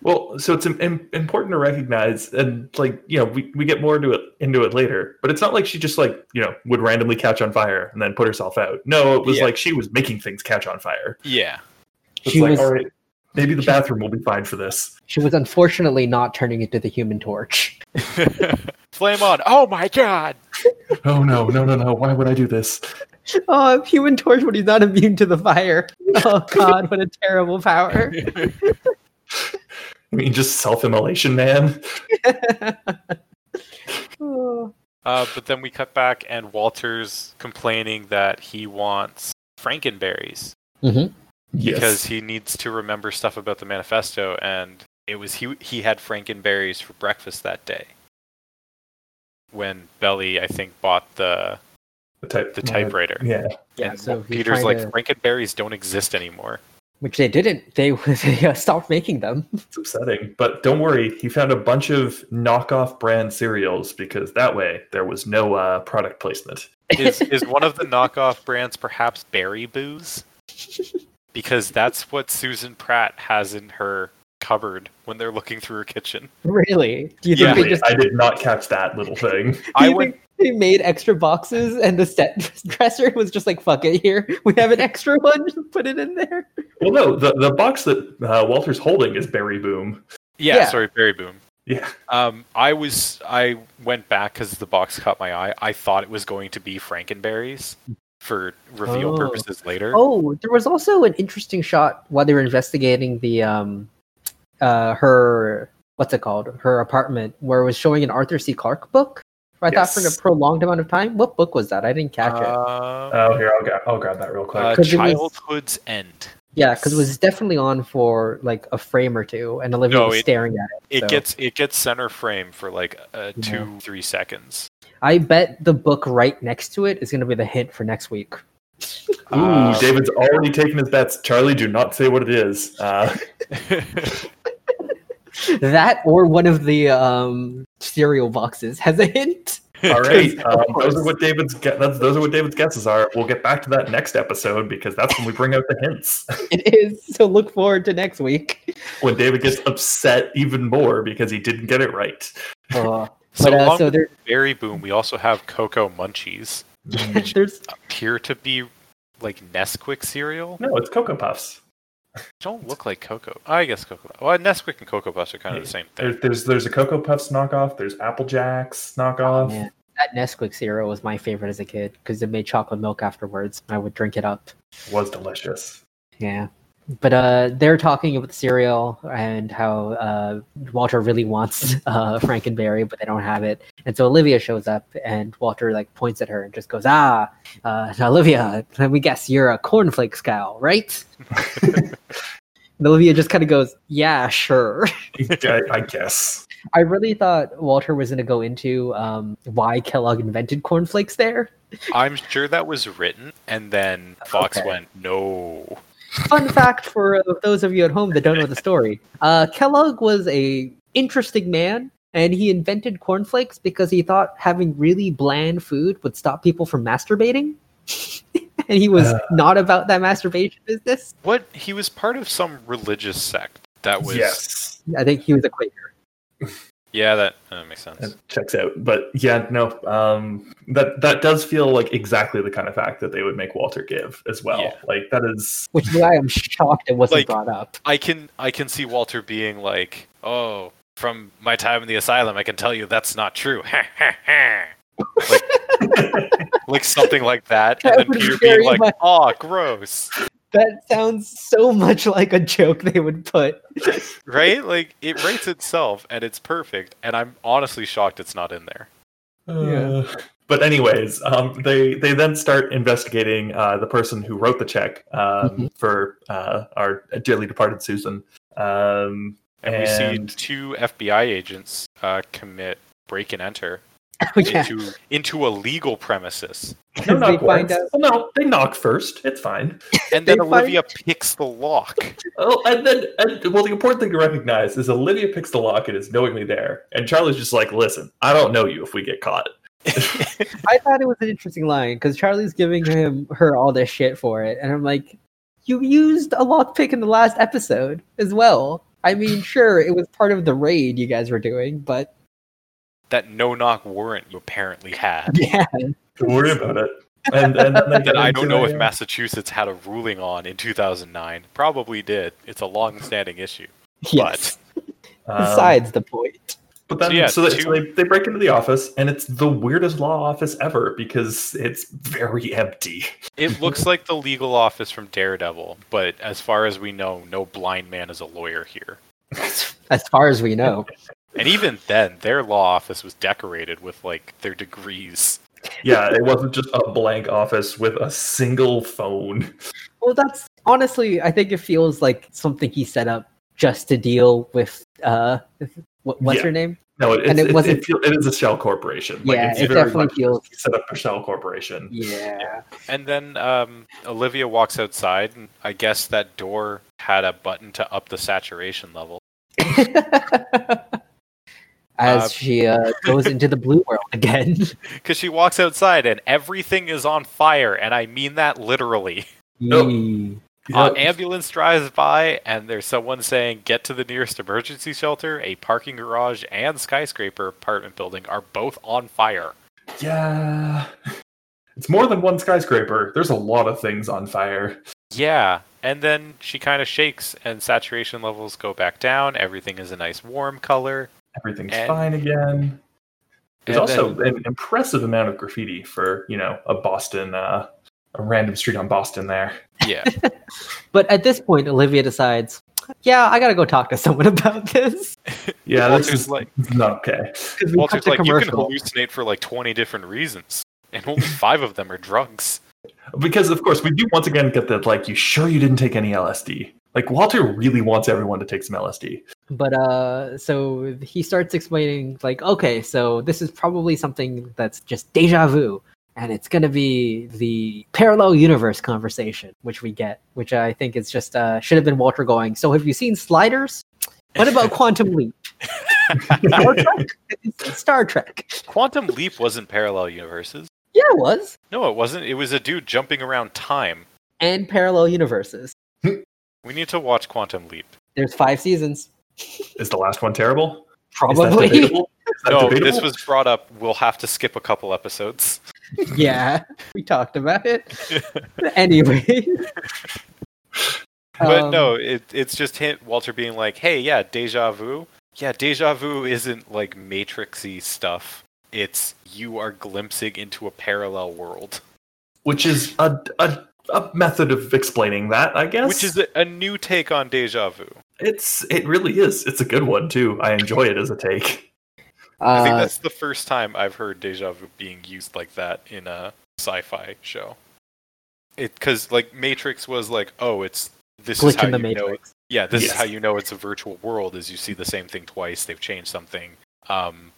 [SPEAKER 1] Well, so it's im- im- important to recognize, and like you know, we, we get more into it into it later. But it's not like she just like you know would randomly catch on fire and then put herself out. No, it was
[SPEAKER 2] Yeah.
[SPEAKER 1] like she was making things catch on fire.
[SPEAKER 2] Yeah.
[SPEAKER 1] It's
[SPEAKER 3] She
[SPEAKER 1] like,
[SPEAKER 3] was-
[SPEAKER 1] all right, maybe the bathroom will be fine for this.
[SPEAKER 3] She was unfortunately not turning into the Human Torch.
[SPEAKER 2] Flame on! Oh my god!
[SPEAKER 1] Oh no, no, no, no! Why would I do this?
[SPEAKER 3] Oh, Human Torch, but he's not immune to the fire. Oh God, what a terrible power!
[SPEAKER 1] I mean, just self-immolation, man.
[SPEAKER 3] Oh.
[SPEAKER 2] Uh, but then we cut back, and Walter's complaining that he wants Frankenberries
[SPEAKER 1] Yes.
[SPEAKER 2] because he needs to remember stuff about the manifesto, and it was he he had Frankenberries for breakfast that day. When Belly, I think, bought the
[SPEAKER 1] the, type,
[SPEAKER 2] the typewriter,
[SPEAKER 1] Yeah,
[SPEAKER 3] Yeah,
[SPEAKER 2] and
[SPEAKER 3] so he's
[SPEAKER 2] Peter's like,
[SPEAKER 3] trying to-
[SPEAKER 2] Frankenberries don't exist anymore.
[SPEAKER 3] which they didn't. They, they uh, stopped making them.
[SPEAKER 1] it's upsetting. But don't worry, he found a bunch of knockoff brand cereals because that way there was no uh, product placement.
[SPEAKER 2] Is is one of the knockoff brands perhaps Berry Booze? Because that's what Susan Pratt has in her cupboard when they're looking through her kitchen.
[SPEAKER 3] Really? Do you
[SPEAKER 2] Yeah.
[SPEAKER 3] think
[SPEAKER 1] Really,
[SPEAKER 3] they just
[SPEAKER 1] I did not catch that little thing.
[SPEAKER 2] I
[SPEAKER 3] Do you
[SPEAKER 2] went
[SPEAKER 3] think They made extra boxes, and the set dresser was just like, "Fuck it, here we have an extra one. Put it in there."
[SPEAKER 1] Well, no, the, the box that uh, Walter's holding is Barry Boom.
[SPEAKER 2] Yeah,
[SPEAKER 3] Yeah.
[SPEAKER 2] sorry, Berry Boom.
[SPEAKER 1] Yeah,
[SPEAKER 2] Um, I was I went back because the box caught my eye. I thought it was going to be Frankenberries for reveal
[SPEAKER 3] Oh.
[SPEAKER 2] purposes later.
[SPEAKER 3] Oh, there was also an interesting shot while they were investigating the um, uh, her what's it called? Her apartment, where it was showing an Arthur C. Clarke book. I thought for a
[SPEAKER 1] Yes.
[SPEAKER 3] prolonged amount of time. What book was that? I didn't catch it.
[SPEAKER 2] Um,
[SPEAKER 1] oh, here I'll, gra- I'll grab that real quick.
[SPEAKER 2] uh,
[SPEAKER 3] Uh, 'cause it was-
[SPEAKER 2] childhood's end.
[SPEAKER 3] Yeah, because it was definitely on for like a frame or two, and Olivia
[SPEAKER 2] No,
[SPEAKER 3] was
[SPEAKER 2] it-
[SPEAKER 3] staring at it.
[SPEAKER 2] It
[SPEAKER 3] so-
[SPEAKER 2] gets it gets center frame for like uh,
[SPEAKER 3] Yeah.
[SPEAKER 2] two three seconds.
[SPEAKER 3] I bet the book right next to it is going to be the hint for next week.
[SPEAKER 1] Ooh,
[SPEAKER 2] Um,
[SPEAKER 1] David's already taken his bets. Charlie, do not say what it is. Uh,
[SPEAKER 3] that or one of the um cereal boxes has a hint
[SPEAKER 1] all right,
[SPEAKER 3] Of
[SPEAKER 1] um, those
[SPEAKER 3] course.
[SPEAKER 1] are what David's gue- that's, those are what David's guesses are. We'll get back to that next episode because that's when we bring out the hints.
[SPEAKER 3] it is so look forward to next week
[SPEAKER 1] when David gets upset even more because he didn't get it right.
[SPEAKER 3] uh,
[SPEAKER 2] so
[SPEAKER 3] but uh,
[SPEAKER 2] along
[SPEAKER 3] so
[SPEAKER 2] with
[SPEAKER 3] there,
[SPEAKER 2] Berry Boom, we also have Cocoa Munchies,
[SPEAKER 1] Mm.
[SPEAKER 3] there's
[SPEAKER 2] appear to be like Nesquik cereal.
[SPEAKER 1] no, it's Cocoa Puffs.
[SPEAKER 2] Don't look like cocoa. I guess cocoa. Well, Nesquik and Cocoa Puffs are kind of the same
[SPEAKER 1] There,
[SPEAKER 2] thing.
[SPEAKER 1] there's there's a Cocoa Puffs knockoff. There's Apple Jacks
[SPEAKER 2] Oh,
[SPEAKER 1] knockoff.
[SPEAKER 3] man, that nesquik cereal was my favorite as a kid because it made chocolate milk afterwards i would drink it up
[SPEAKER 1] Was delicious.
[SPEAKER 3] yeah but uh they're talking about the cereal and how uh walter really wants uh frankenberry but they don't have it and so olivia shows up and walter like points at her and just goes ah uh olivia let me guess you're a cornflakes gal right And Olivia just kind of goes, "Yeah, sure."
[SPEAKER 1] I, I guess.
[SPEAKER 3] I really thought Walter was going to go into um, why Kellogg invented cornflakes there.
[SPEAKER 2] I'm sure that was written, and then Fox
[SPEAKER 3] Okay.
[SPEAKER 2] went, "No,
[SPEAKER 3] Fun fact for uh, those of you at home that don't know the story: uh, Kellogg was a interesting man, and he invented cornflakes because he thought having really bland food would stop people from masturbating, and he was
[SPEAKER 1] Uh.
[SPEAKER 3] not about that masturbation business.
[SPEAKER 2] what?" He was part of some religious sect that was,
[SPEAKER 1] yes.
[SPEAKER 3] I think he was a Quaker.
[SPEAKER 2] Yeah, that, that makes sense.
[SPEAKER 1] It checks out. But yeah, no, um, that that does feel like exactly the kind of fact that they would make Walter give as well.
[SPEAKER 2] Yeah.
[SPEAKER 1] Like that is
[SPEAKER 3] Which is why I'm shocked it wasn't
[SPEAKER 2] Like-
[SPEAKER 3] brought up.
[SPEAKER 2] I can I can see Walter being like, "Oh, from my time in the asylum, I can tell you that's not true." like, like something like that, and
[SPEAKER 3] That
[SPEAKER 2] then
[SPEAKER 3] would
[SPEAKER 2] Peter being
[SPEAKER 3] very
[SPEAKER 2] like,
[SPEAKER 3] much-
[SPEAKER 2] "Aw, gross,"
[SPEAKER 3] That sounds so much like a joke they would put.
[SPEAKER 2] right? Like it rates itself, and it's perfect. And I'm honestly shocked it's not in there.
[SPEAKER 3] Yeah.
[SPEAKER 1] Uh, But anyways, um, they they then start investigating uh, the person who wrote the check um,
[SPEAKER 2] Mm-hmm.
[SPEAKER 3] Mhm.
[SPEAKER 1] for uh, our dearly departed Susan. Um,
[SPEAKER 2] And, we
[SPEAKER 1] And-
[SPEAKER 2] see two FBI agents uh, commit break and enter
[SPEAKER 3] yeah.
[SPEAKER 2] into into a legal premises,
[SPEAKER 1] no
[SPEAKER 3] They
[SPEAKER 1] knock
[SPEAKER 3] find
[SPEAKER 1] warrants.
[SPEAKER 3] out-
[SPEAKER 1] Well, no, they knock first. It's fine.
[SPEAKER 2] and
[SPEAKER 3] They
[SPEAKER 2] then
[SPEAKER 3] find-
[SPEAKER 2] Olivia picks the lock.
[SPEAKER 1] Oh, and then and, well, the important thing to recognize is Olivia picks the lock and is knowingly there, and Charlie's just like, "Listen, I don't know you. If we get caught,
[SPEAKER 3] I thought it was an interesting line because Charlie's giving him her all this shit for it, and I'm like, you used a lockpick in the last episode as well. I mean, sure, it was part of the raid you guys were doing, but
[SPEAKER 2] That no knock warrant you apparently had.
[SPEAKER 3] yeah,
[SPEAKER 1] don't worry about it." And, and then they get
[SPEAKER 2] that I don't
[SPEAKER 1] into
[SPEAKER 2] know
[SPEAKER 1] a-
[SPEAKER 2] if Massachusetts had a ruling on in 2009. Probably did. It's a long-standing issue.
[SPEAKER 3] yes.
[SPEAKER 1] um,
[SPEAKER 3] Besides the point,
[SPEAKER 1] But then,
[SPEAKER 2] So, yeah,
[SPEAKER 1] so, that, so
[SPEAKER 2] two-
[SPEAKER 1] they, they break into the office, and it's the weirdest law office ever because it's very empty.
[SPEAKER 2] It looks like the legal office from Daredevil, but as far as we know, no blind man is a lawyer here.
[SPEAKER 3] as far as we know,
[SPEAKER 2] And even then, their law office was decorated with like their degrees.
[SPEAKER 1] Yeah, it wasn't just a blank office with a single phone.
[SPEAKER 3] well, that's honestly, I think it feels like something he set up just to deal with uh, what, what's
[SPEAKER 1] Yeah.
[SPEAKER 3] her name?
[SPEAKER 1] No, it,
[SPEAKER 3] And
[SPEAKER 1] it's-
[SPEAKER 3] it wasn't-
[SPEAKER 1] It, feel- it is a shell corporation. Like,
[SPEAKER 3] yeah,
[SPEAKER 1] it's
[SPEAKER 3] it
[SPEAKER 1] very
[SPEAKER 3] definitely
[SPEAKER 1] much
[SPEAKER 3] feels.
[SPEAKER 1] set up for shell corporation.
[SPEAKER 3] Yeah,
[SPEAKER 2] And then um, Olivia walks outside, and I guess that door had a button to up the saturation level.
[SPEAKER 3] as
[SPEAKER 2] Uh,
[SPEAKER 3] she uh, goes into the blue world again.
[SPEAKER 2] Because she walks outside, and everything is on fire, and I mean that literally.
[SPEAKER 1] Nope.
[SPEAKER 3] Yee.
[SPEAKER 2] An
[SPEAKER 1] Yep.
[SPEAKER 2] ambulance drives by, and there's someone saying, "Get to the nearest emergency shelter." A parking garage and skyscraper apartment building are both on fire.
[SPEAKER 1] yeah. It's more than one skyscraper. There's a lot of things on fire.
[SPEAKER 2] Yeah, and then she kind of shakes, and saturation levels go back down. Everything is a nice warm color.
[SPEAKER 1] Everything's
[SPEAKER 2] And-
[SPEAKER 1] fine again. There's
[SPEAKER 2] and
[SPEAKER 1] also
[SPEAKER 2] then-
[SPEAKER 1] an impressive amount of graffiti for, you know, a Boston, uh, a random street on Boston there.
[SPEAKER 2] yeah,
[SPEAKER 3] But at this point, Olivia decides, yeah, I gotta go talk to someone about this.
[SPEAKER 1] Yeah, this
[SPEAKER 2] Walter's
[SPEAKER 1] is
[SPEAKER 2] like,
[SPEAKER 1] not okay.
[SPEAKER 3] 'Cause we cut
[SPEAKER 2] Walter's
[SPEAKER 3] to
[SPEAKER 2] like, you can
[SPEAKER 3] commercial.
[SPEAKER 2] hallucinate for like 20 different reasons, and only five of them are drugs.
[SPEAKER 1] Because of course we do once again get that like you sure you didn't take any LSD. Like Walter really wants everyone to take some LSD.
[SPEAKER 3] But uh, so he starts explaining, like, okay, so this is probably something that's just deja vu. And it's gonna be the parallel universe conversation, which we get, which I think is just uh, should have been Walter going. So have you seen Sliders? What about Quantum Leap? Star Trek? Star Trek.
[SPEAKER 2] Quantum Leap wasn't parallel universes.
[SPEAKER 3] Yeah, it was.
[SPEAKER 2] No, it wasn't. It was a dude jumping around time.
[SPEAKER 3] And parallel universes.
[SPEAKER 2] We need to watch Quantum Leap.
[SPEAKER 3] There's five seasons.
[SPEAKER 1] Is the last one terrible? Is that
[SPEAKER 3] Probably.
[SPEAKER 1] debatable? Is that
[SPEAKER 2] no,
[SPEAKER 1] debatable?
[SPEAKER 2] this was brought up. We'll have to skip a couple episodes.
[SPEAKER 3] yeah. We talked about it. anyway.
[SPEAKER 2] But
[SPEAKER 3] Um,
[SPEAKER 2] no, it, it's just him, Walter being like, hey, yeah, deja vu. Yeah, deja vu isn't like matrixy stuff. It's you are glimpsing into a parallel world,
[SPEAKER 1] which is a, a a method of explaining that, I guess.
[SPEAKER 2] which is a, a new take on deja vu.
[SPEAKER 1] it's it really is. It's a good one too. I enjoy it as a take.
[SPEAKER 2] I think
[SPEAKER 3] uh,
[SPEAKER 2] that's the first time I've heard deja vu being used like that in a sci-fi show. It because like Matrix was like, oh, it's this is
[SPEAKER 3] glitch
[SPEAKER 2] how
[SPEAKER 3] in the
[SPEAKER 2] you know
[SPEAKER 3] matrix.
[SPEAKER 2] Yeah, this
[SPEAKER 1] Yes.
[SPEAKER 2] is how you know it's a virtual world is you see the same thing twice. They've changed something. Um,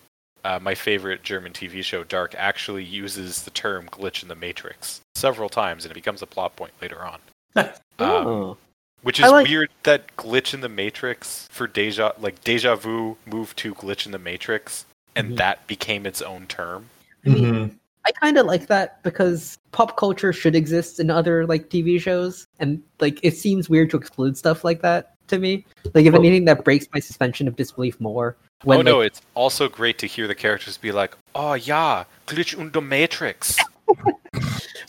[SPEAKER 2] uh, my favorite German TV show, Dark, actually uses the term glitch in the matrix several times, and it becomes a plot point later on. Um,
[SPEAKER 3] Oh.
[SPEAKER 2] which
[SPEAKER 3] I
[SPEAKER 2] is
[SPEAKER 3] like-
[SPEAKER 2] weird that glitch in the matrix for deja, like deja vu, moved to glitch in the matrix, and
[SPEAKER 3] Mhm.
[SPEAKER 2] that became its own term.
[SPEAKER 3] I mean,
[SPEAKER 2] Mm-hmm.
[SPEAKER 3] I kind of like that because pop culture should exist in other like TV shows, and like it seems weird to exclude stuff like that to me. Like if
[SPEAKER 1] Well-
[SPEAKER 3] anything, that breaks my suspension of disbelief more. when
[SPEAKER 2] oh no,
[SPEAKER 3] like,
[SPEAKER 2] it's also great to hear the characters be like, "Oh yeah, glitch und matrix."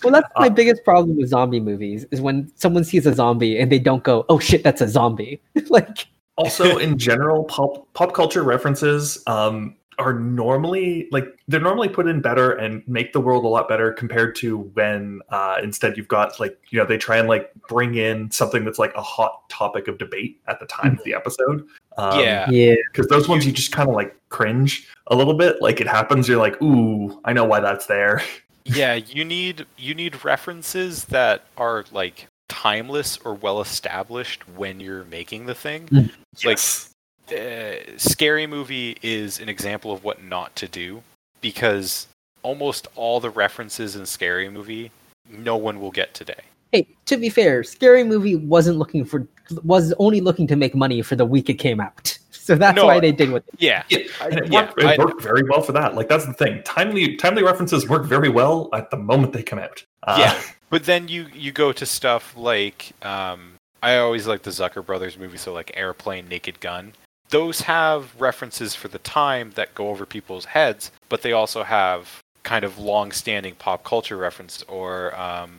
[SPEAKER 3] well that's my
[SPEAKER 1] Uh,
[SPEAKER 3] biggest problem with zombie movies is when someone sees a zombie and they don't go oh shit that's a zombie like
[SPEAKER 1] also in general pop pop culture references um are normally like they're normally put in better and make the world a lot better compared to when uh instead you've got like you know they try and like bring in something that's like a hot topic of debate at the time of the episode um,
[SPEAKER 2] Mm-hmm. Yeah.
[SPEAKER 3] yeah
[SPEAKER 1] because those ones you just kind of like cringe a little bit like it happens you're like ooh i know why that's there
[SPEAKER 2] yeah, you need you need references that are like timeless or well established when you're making the thing. Like-
[SPEAKER 1] yes
[SPEAKER 2] uh, scary movie is an example of what not to do because almost all the references in scary movie no one will get today
[SPEAKER 3] hey to be fair scary movie wasn't looking for was only looking to make money for the week it came out so that's
[SPEAKER 2] No,
[SPEAKER 3] why they did what
[SPEAKER 2] yeah
[SPEAKER 1] and it,
[SPEAKER 2] yeah,
[SPEAKER 1] worked, it
[SPEAKER 2] I-
[SPEAKER 1] worked very well for that like that's the thing timely timely references work very well at the moment they come out Uh,
[SPEAKER 2] Yeah. but then you you go to stuff like um i always like the zucker brothers movies so like airplane naked gun those have references for the time that go over people's heads but they also have kind of long-standing pop culture reference or um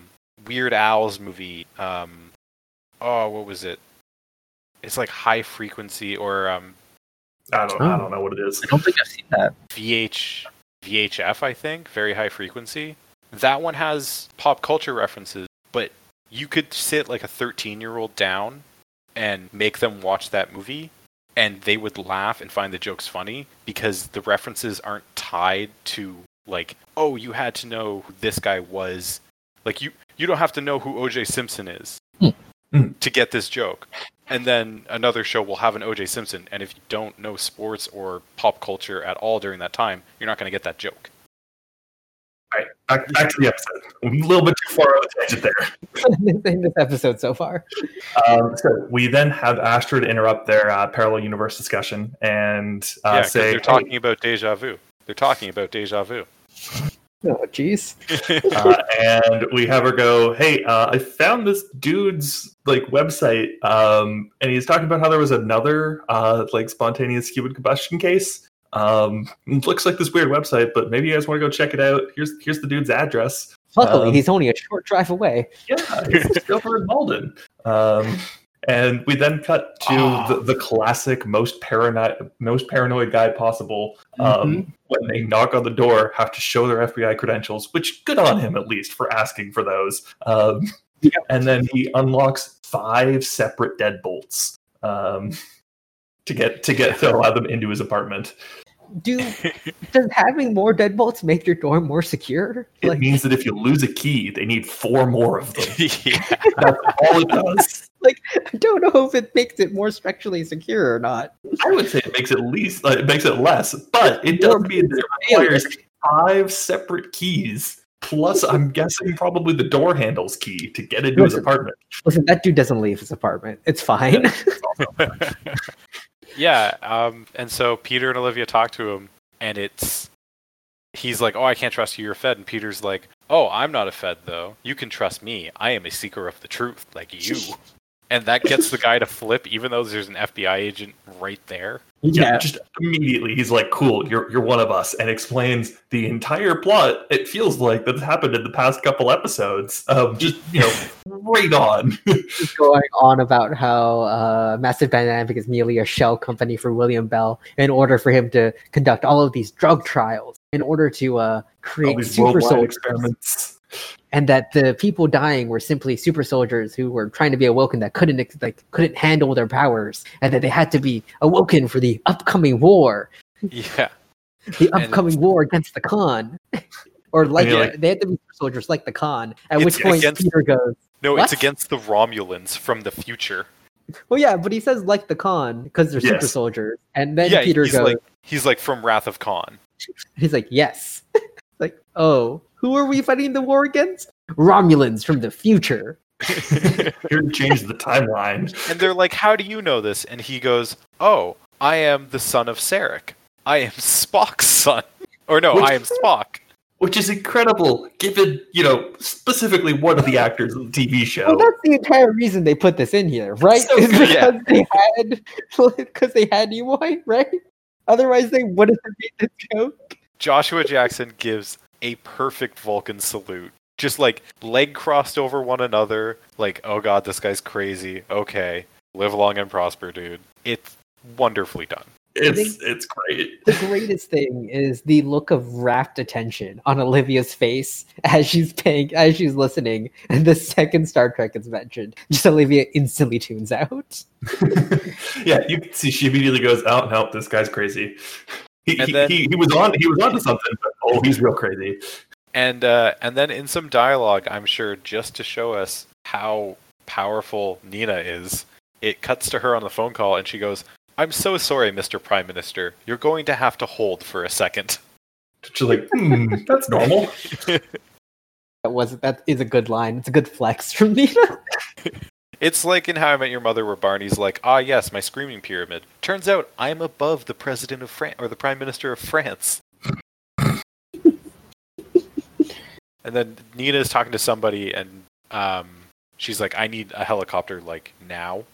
[SPEAKER 2] weird owls movie um oh what was it it's like high frequency or um
[SPEAKER 1] I don't, I don't know what it is.
[SPEAKER 4] I don't think I've seen that.
[SPEAKER 2] VH VHF, I think, very high frequency. That one has pop culture references, but you could sit like a 13 year old down and make them watch that movie and they would laugh and find the jokes funny because the references aren't tied to like oh you had to know who this guy was like you you don't have to know who OJ Simpson is
[SPEAKER 4] Hmm.
[SPEAKER 1] Hmm.
[SPEAKER 2] to get this joke and then another show will have an OJ Simpson. And if you don't know sports or pop culture at all during that time, you're not going to get that joke.
[SPEAKER 1] Back, back to the episode. A little bit too far on the tangent there.
[SPEAKER 3] in this episode so far
[SPEAKER 1] Um, so we then have Astrid interrupt their uh, parallel universe discussion and
[SPEAKER 2] Yeah,
[SPEAKER 1] uh,
[SPEAKER 2] 'cause
[SPEAKER 1] say,
[SPEAKER 2] they're talking about deja vu. They're talking about deja vu.
[SPEAKER 3] oh jeez
[SPEAKER 1] uh, and we have her go, "Hey, uh, I found this dude's like website, um, and he's talking about how there was another uh, like spontaneous human combustion case. Um, it looks like this weird website, but maybe you guys want to go check it out. Here's here's the dude's address.
[SPEAKER 3] luckily
[SPEAKER 1] Um,
[SPEAKER 3] he's only a short drive away
[SPEAKER 1] Yeah, it's still in Malden. Um, and we then cut to
[SPEAKER 2] Oh.
[SPEAKER 1] the, the classic most paranoid most paranoid guy possible. Um, When they knock on the door, have to show their FBI credentials, which good on him at least for asking for those. Um, And then he unlocks five separate deadbolts um, to get to get to allow them into his apartment.
[SPEAKER 3] do does having more deadbolts make your door more secure
[SPEAKER 1] It
[SPEAKER 3] like
[SPEAKER 1] means that if you lose a key, they need four more of them.
[SPEAKER 2] yeah.
[SPEAKER 1] That's all it does.
[SPEAKER 3] i don't know if it makes it more structurally secure or not
[SPEAKER 1] I would say it makes it least, uh, it makes it less, but it does mean that it requires five separate keys. Plus, I'm guessing probably the door handles key to get into his apartment.
[SPEAKER 3] listen that dude doesn't leave his apartment it's fine
[SPEAKER 2] yeah. Um, and so Peter and Olivia talk to him, and it's he's like, "Oh, I can't trust you. You're a Fed." And Peter's like, "Oh, I'm not a Fed though. You can trust me. I am a seeker of the truth, like you." And that gets the guy to flip, even though there's an FBI agent right there.
[SPEAKER 1] Yeah, just immediately he's like, "Cool, you're you're one of us," and explains the entire plot. It feels like that's happened in the past couple episodes. Um, just you know, right on.
[SPEAKER 3] He's going on about how uh, Massive Dynamic is merely a shell company for William Bell in order for him to conduct all of these drug trials in order to uh,
[SPEAKER 1] All
[SPEAKER 3] create
[SPEAKER 1] these
[SPEAKER 3] super
[SPEAKER 1] worldwide
[SPEAKER 3] soldiers,
[SPEAKER 1] experiments.
[SPEAKER 3] and that the people dying were simply super soldiers who were trying to be awoken that couldn't ex- like couldn't handle their powers, and that they had to be awoken for the upcoming war,
[SPEAKER 2] Yeah.
[SPEAKER 3] the upcoming war against the Khan, or like,
[SPEAKER 1] you're like-
[SPEAKER 3] they had to be super soldiers like the Khan. At
[SPEAKER 2] It's
[SPEAKER 3] which point
[SPEAKER 2] against-
[SPEAKER 3] Peter goes.
[SPEAKER 2] No,
[SPEAKER 3] What?
[SPEAKER 2] it's against the Romulans from the future.
[SPEAKER 3] Well, yeah, but he says like the Khan because they're super
[SPEAKER 1] Yes.
[SPEAKER 3] soldiers, and then
[SPEAKER 2] yeah,
[SPEAKER 3] Peter
[SPEAKER 2] he's
[SPEAKER 3] goes,
[SPEAKER 2] like he's like from Wrath of Khan.
[SPEAKER 3] he's like, yes, like, oh, who are we fighting the war against? Romulans from the future.
[SPEAKER 1] Here to change the timeline.
[SPEAKER 2] And they're like, "How do you know this?" And he goes, "Oh, I am the son of Sarek. I am Spock's son." Or no, I am Spock.
[SPEAKER 1] which is incredible given you know specifically one of the actors in the tv show
[SPEAKER 3] Well, that's the entire reason they put this in here, right?
[SPEAKER 1] So
[SPEAKER 3] Is
[SPEAKER 2] good, yeah.
[SPEAKER 3] because they had because they had Nimoy, right? Otherwise, they wouldn't have made the joke.
[SPEAKER 2] Joshua Jackson gives a perfect Vulcan salute. Just like leg crossed over one another, like, oh god, this guy's crazy. Okay. Live long and prosper, dude. It's wonderfully done.
[SPEAKER 1] It's it's great.
[SPEAKER 3] The greatest thing is the look of rapt attention on Olivia's face as she's paying, as she's listening, and the second Star Trek is mentioned, just Olivia instantly tunes out.
[SPEAKER 1] yeah, you can see she immediately goes, "Oh no, this guy's crazy." He,
[SPEAKER 2] And
[SPEAKER 1] he,
[SPEAKER 2] then-
[SPEAKER 1] he, he was on he was onto something, but oh, he's real crazy.
[SPEAKER 2] And uh, and then in some dialogue, I'm sure, just to show us how powerful Nina is, it cuts to her on the phone call, and she goes, "I'm so sorry, Mr. Prime Minister. You're going to have to hold for a second.
[SPEAKER 1] She's like, hmm, that's normal.
[SPEAKER 3] That was that is a good line. It's a good flex from Nina.
[SPEAKER 2] It's like in How I Met Your Mother, where Barney's like, "Ah, yes, my screaming pyramid. Turns out I'm above the president of France or the prime minister of France." and then Nina is talking to somebody, and um, she's like, "I need a helicopter like now."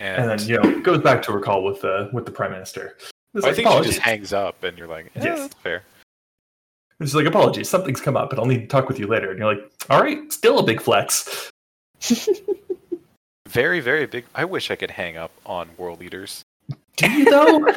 [SPEAKER 2] And,
[SPEAKER 1] And then you know goes back to her call with the with the prime minister. It's
[SPEAKER 2] I
[SPEAKER 1] like,
[SPEAKER 2] think she
[SPEAKER 1] apologies.
[SPEAKER 2] just hangs up, and you're like, "Yeah,
[SPEAKER 1] Yes.
[SPEAKER 2] that's fair."
[SPEAKER 1] It's like apologies, something's come up, but I'll need to talk with you later. And you're like, all right, still a big flex.
[SPEAKER 2] Very, very big. I wish I could hang up on world leaders.
[SPEAKER 1] Do you though?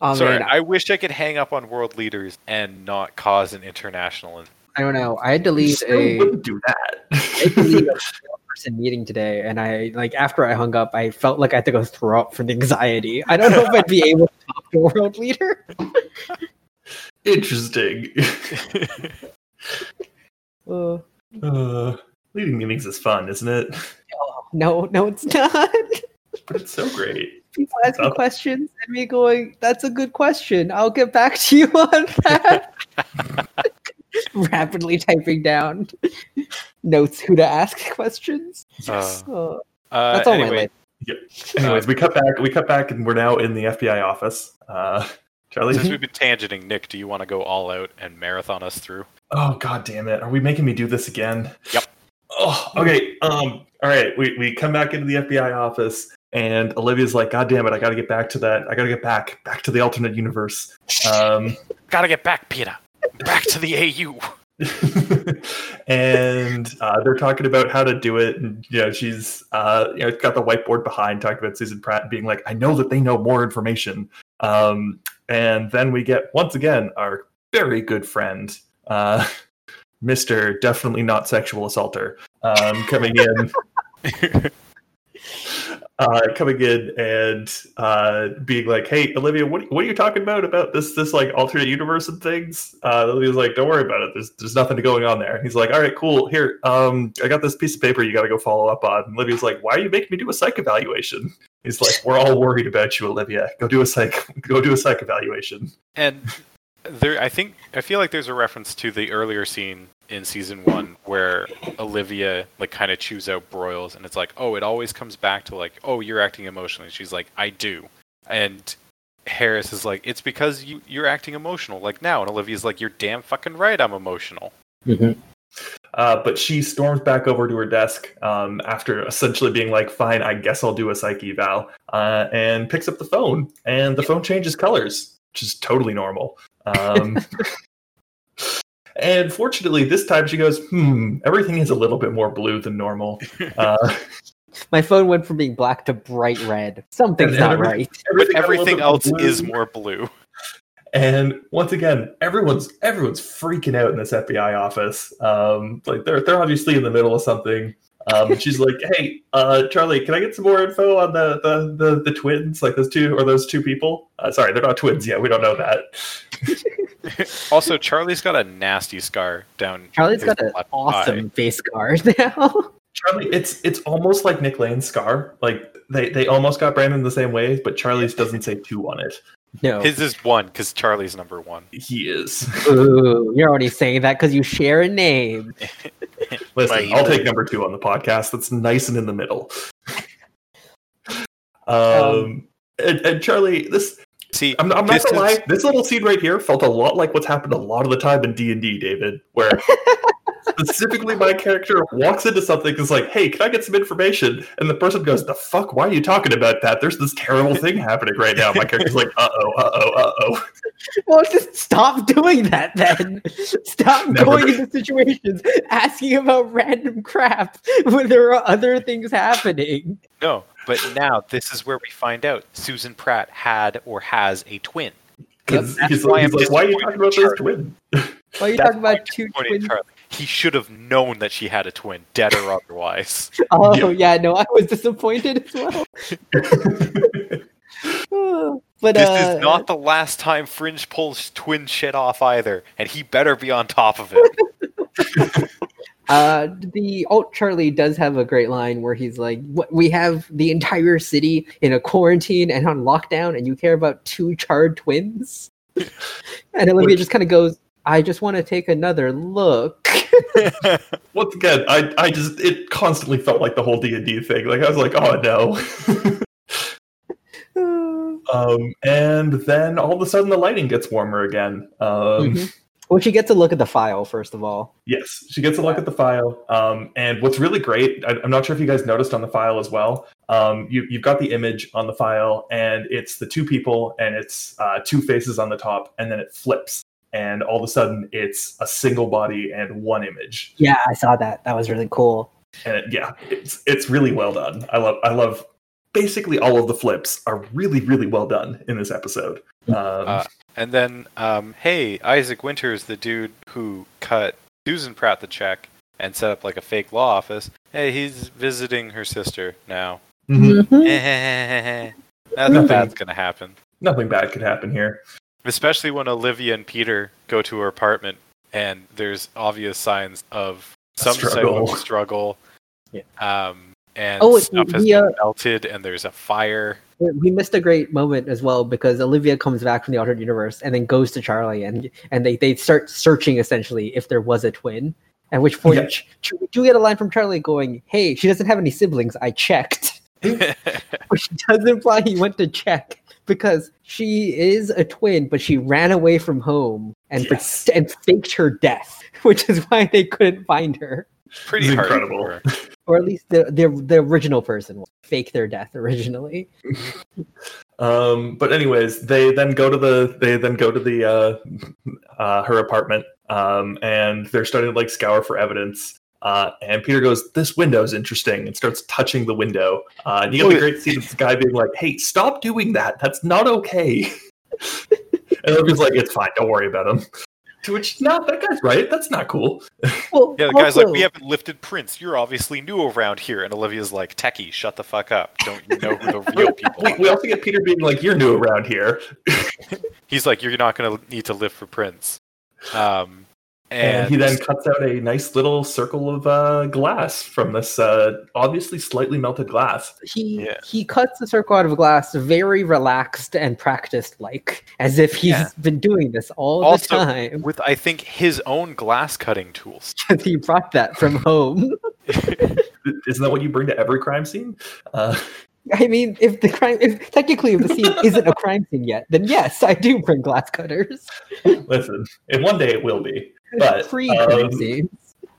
[SPEAKER 3] Oh,
[SPEAKER 2] Sorry,
[SPEAKER 3] man,
[SPEAKER 2] I wish I could hang up on world leaders and not cause an international.
[SPEAKER 3] I don't know. I had to
[SPEAKER 1] you
[SPEAKER 3] leave
[SPEAKER 1] still
[SPEAKER 3] a.
[SPEAKER 1] wouldn't do
[SPEAKER 3] I believe
[SPEAKER 1] that.
[SPEAKER 3] a person meeting today and i like after i hung up i felt like i had to go throw up from the anxiety i don't know if i'd be able to talk to a world leader
[SPEAKER 1] Interesting.
[SPEAKER 3] Uh,
[SPEAKER 1] Uh, leading meetings is fun, isn't it?
[SPEAKER 3] no no it's not
[SPEAKER 1] But it's so great.
[SPEAKER 3] people ask me
[SPEAKER 1] Oh.
[SPEAKER 3] questions and me going that's a good question i'll get back to you on that rapidly typing down notes who to ask questions
[SPEAKER 1] Yes.
[SPEAKER 3] Uh,
[SPEAKER 2] Uh,
[SPEAKER 3] that's all
[SPEAKER 2] anyway,
[SPEAKER 3] my life
[SPEAKER 1] Anyways, we cut back. We cut back, and we're now in the FBI office. Uh, Charlie.
[SPEAKER 2] Since we've been tangenting, Nick, do you want to go all out and marathon us through?
[SPEAKER 1] Oh god damn it. Are we making me do this again?
[SPEAKER 2] Yep.
[SPEAKER 1] Oh, okay. Um, all right. We we come back into the FBI office and Olivia's like, God damn it, I gotta get back to that. I gotta get back, back to the alternate universe. Um
[SPEAKER 2] Gotta get back, Peter. Back to the AU.
[SPEAKER 1] and uh, they're talking about how to do it. And, you know, she's uh, you know got the whiteboard behind, talking about Susan Pratt being like, "I know that they know more information." Um, and then we get once again our very good friend, uh, Mister Definitely Not Sexual Assaulter, um, coming in. Uh, coming in and uh, being like, "Hey, Olivia, what, what are you talking about about this this like alternate universe and things?" Uh, Olivia's like, "Don't worry about it. There's there's nothing going on there." He's like, "All right, cool. Here, um, I got this piece of paper you got to go follow up on." And Olivia's like, "Why are you making me do a psych evaluation?" He's like, "We're all worried about you, Olivia. Go do a psych. Go do a psych evaluation."
[SPEAKER 2] And there, I think I feel like there's a reference to the earlier scene in season one where Olivia like kind of chews out broils, and it's like, oh, it always comes back to like, oh, you're acting emotionally. She's like, I do, and Harris is like, it's because you you're acting emotional like now, and Olivia's like, you're damn fucking right, I'm emotional.
[SPEAKER 1] Uh, but she storms back over to her desk um, after essentially being like, "Fine, I guess I'll do a psyche eval," uh, and picks up the phone, and the phone changes colors, which is totally normal. Um, and fortunately, this time she goes, "Hmm, everything is a little bit more blue than normal." Uh,
[SPEAKER 3] my phone went from being black to bright red something's
[SPEAKER 1] And
[SPEAKER 3] not
[SPEAKER 1] everything-
[SPEAKER 3] right
[SPEAKER 2] But
[SPEAKER 1] got a little
[SPEAKER 2] everything
[SPEAKER 1] bit
[SPEAKER 2] else
[SPEAKER 1] blue.
[SPEAKER 2] is more blue.
[SPEAKER 1] And once again, everyone's everyone's freaking out in this FBI office. Um, like they're they're obviously in the middle of something. Um, and she's like, "Hey, uh, Charlie, can I get some more info on the the the, the twins? Like those two or those two people? Uh, sorry, they're not twins yet. We don't know that.
[SPEAKER 2] Also, Charlie's got a nasty scar down.
[SPEAKER 3] Charlie's got
[SPEAKER 2] his
[SPEAKER 3] an
[SPEAKER 2] left eye.
[SPEAKER 3] awesome face guard now.
[SPEAKER 1] Charlie, it's it's almost like Nick Lane's scar. Like they they almost got branded the same way, but Charlie's doesn't say two on it.
[SPEAKER 3] no.
[SPEAKER 2] His is one because Charlie's number one.
[SPEAKER 1] He is.
[SPEAKER 3] Ooh, you're already saying that because you share a name.
[SPEAKER 1] Listen,
[SPEAKER 2] Like-
[SPEAKER 1] I'll take number two on the podcast. That's nice and in the middle. um,
[SPEAKER 3] Um,
[SPEAKER 1] and, and Charlie, this
[SPEAKER 2] See,
[SPEAKER 1] I'm, I'm not
[SPEAKER 2] This
[SPEAKER 1] gonna
[SPEAKER 2] is-
[SPEAKER 1] lie. This little scene right here felt a lot like what's happened a lot of the time in D and D, David, where Specifically, my character walks into something and is like, hey, can I get some information? And the person goes, the fuck, why are you talking about that? There's this terrible thing happening right now. My character's like, uh oh, uh oh, uh oh.
[SPEAKER 3] Well, just stop doing that then. Stop
[SPEAKER 1] Never.
[SPEAKER 3] going into situations asking about random crap when there are other things happening.
[SPEAKER 4] No, but now this is where we find out Susan Pratt had or has a twin.
[SPEAKER 1] Because
[SPEAKER 4] That's
[SPEAKER 1] he's,
[SPEAKER 4] why
[SPEAKER 1] like, he's
[SPEAKER 4] I'm
[SPEAKER 1] like, why are you talking about those
[SPEAKER 4] disappointed,
[SPEAKER 1] twin?
[SPEAKER 3] Why are you
[SPEAKER 4] That's
[SPEAKER 3] talking
[SPEAKER 4] why
[SPEAKER 3] about two
[SPEAKER 4] Charlie.
[SPEAKER 3] twins?
[SPEAKER 4] Charlie. He should have known that she had a twin, dead or otherwise.
[SPEAKER 3] Oh yeah, no, I was disappointed as well. but
[SPEAKER 4] this
[SPEAKER 3] uh,
[SPEAKER 4] is not the last time Fringe pulls twin shit off either, and he better be on top of it.
[SPEAKER 3] Uh, the alt Charlie does have a great line where he's like, "What- "We have the entire city in a quarantine and on lockdown, and you care about two charred twins." and Olivia
[SPEAKER 1] Which-
[SPEAKER 3] just kind of goes, "I just want to take another look."
[SPEAKER 1] Once again, I, I just, it constantly felt like the whole D&D thing. Like, I was like, oh no.
[SPEAKER 3] Mhm.
[SPEAKER 1] Um, and then all of a sudden the lighting gets warmer again. Um,
[SPEAKER 3] Mm-hmm. Well, she gets a look at the file first of all.
[SPEAKER 1] Yes, she gets a look at the file. Um, and what's really great, I, I'm not sure if you guys noticed on the file as well. Um, you, you've got the image on the file, and it's the two people, and it's uh, two faces on the top, and then it flips, and all of a sudden it's a single body and one image.
[SPEAKER 3] Yeah, I saw that. That was really cool.
[SPEAKER 1] And it, yeah, it's it's really well done. I love I love basically all of the flips are really really well done in this episode. Um,
[SPEAKER 2] Uh, And then, um, hey, Isaac Winters, the dude who cut Susan Pratt the check and set up like a fake law office. Hey, he's visiting her sister now.
[SPEAKER 1] mhm.
[SPEAKER 3] Mm-hmm.
[SPEAKER 2] Nothing bad's gonna happen.
[SPEAKER 1] Nothing bad could happen here.
[SPEAKER 2] Especially when Olivia and Peter go to her apartment and there's obvious signs of some
[SPEAKER 1] Struggle.
[SPEAKER 2] type of struggle.
[SPEAKER 3] Yeah.
[SPEAKER 2] Um, and
[SPEAKER 3] Oh,
[SPEAKER 2] stuff has
[SPEAKER 3] we, uh,
[SPEAKER 2] been melted and there's a fire.
[SPEAKER 3] we we missed a great moment as well because Olivia comes back from the altered universe and then goes to Charlie and and they, they start searching essentially if there was a twin. At which point
[SPEAKER 1] Yeah.
[SPEAKER 3] Ch- Ch- we do get a line from Charlie going, "Hey, she doesn't have any siblings. I checked," which does imply he went to check because she is a twin, but she ran away from home and pre-
[SPEAKER 1] Yes.
[SPEAKER 3] and faked her death, which is why they couldn't find her,
[SPEAKER 2] Pretty
[SPEAKER 1] It's
[SPEAKER 2] hard
[SPEAKER 1] incredible.
[SPEAKER 2] for her.
[SPEAKER 3] or at least the the, the original person faked their death originally.
[SPEAKER 1] Um, but anyways, they then go to the they then go to the uh, uh, her apartment, um, and they're starting to like scour for evidence. Uh, and Peter goes, "This window's interesting," and starts touching the window. Uh, and you get the great scene of this guy being like, "Hey, stop doing that. That's not okay." and Olivia's like, "It's fine. Don't worry about him." To which, no, that guy's right. That's not cool.
[SPEAKER 3] Well,
[SPEAKER 4] Yeah, the guy's like,
[SPEAKER 3] also-
[SPEAKER 4] we haven't lifted prints. You're obviously new around here. And Olivia's like, Techie, shut the fuck up. Don't you know who the real people
[SPEAKER 1] We,
[SPEAKER 4] are?
[SPEAKER 1] we also get Peter being like, "You're new around here,"
[SPEAKER 2] He's like, you're not gonna need to live for Prince. Um,
[SPEAKER 1] and,
[SPEAKER 2] and,
[SPEAKER 1] he then cuts out a nice little circle of uh, glass from this uh, obviously slightly melted glass.
[SPEAKER 3] he
[SPEAKER 2] Yeah.
[SPEAKER 3] he cuts the circle out of glass very relaxed and practiced like as if he's
[SPEAKER 4] Yeah.
[SPEAKER 3] been doing this all
[SPEAKER 2] Also-
[SPEAKER 3] the time
[SPEAKER 2] with I think his own glass cutting tools.
[SPEAKER 3] because he brought that from home
[SPEAKER 1] Isn't that what you bring to every crime scene? Uh,
[SPEAKER 3] i mean if the crime if technically if the scene isn't a crime scene yet then yes i do bring glass cutters
[SPEAKER 1] listen, and one day it will be. But
[SPEAKER 3] pre-crime
[SPEAKER 1] um,
[SPEAKER 3] scene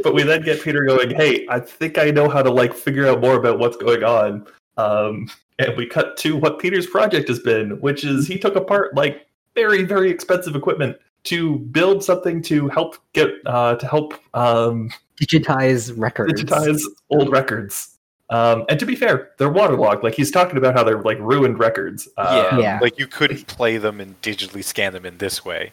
[SPEAKER 1] but we then get Peter going, "Hey, I think I know how to like figure out more about what's going on." Um, and we cut to what Peter's project has been, which is he took apart like very very expensive equipment to build something to help get uh, to help um,
[SPEAKER 3] digitize records
[SPEAKER 1] digitize old records. Um, and to be fair, they're waterlogged. Like he's talking about how they're like ruined records. Um,
[SPEAKER 3] Yeah.
[SPEAKER 2] Like you couldn't play them and digitally scan them in this way.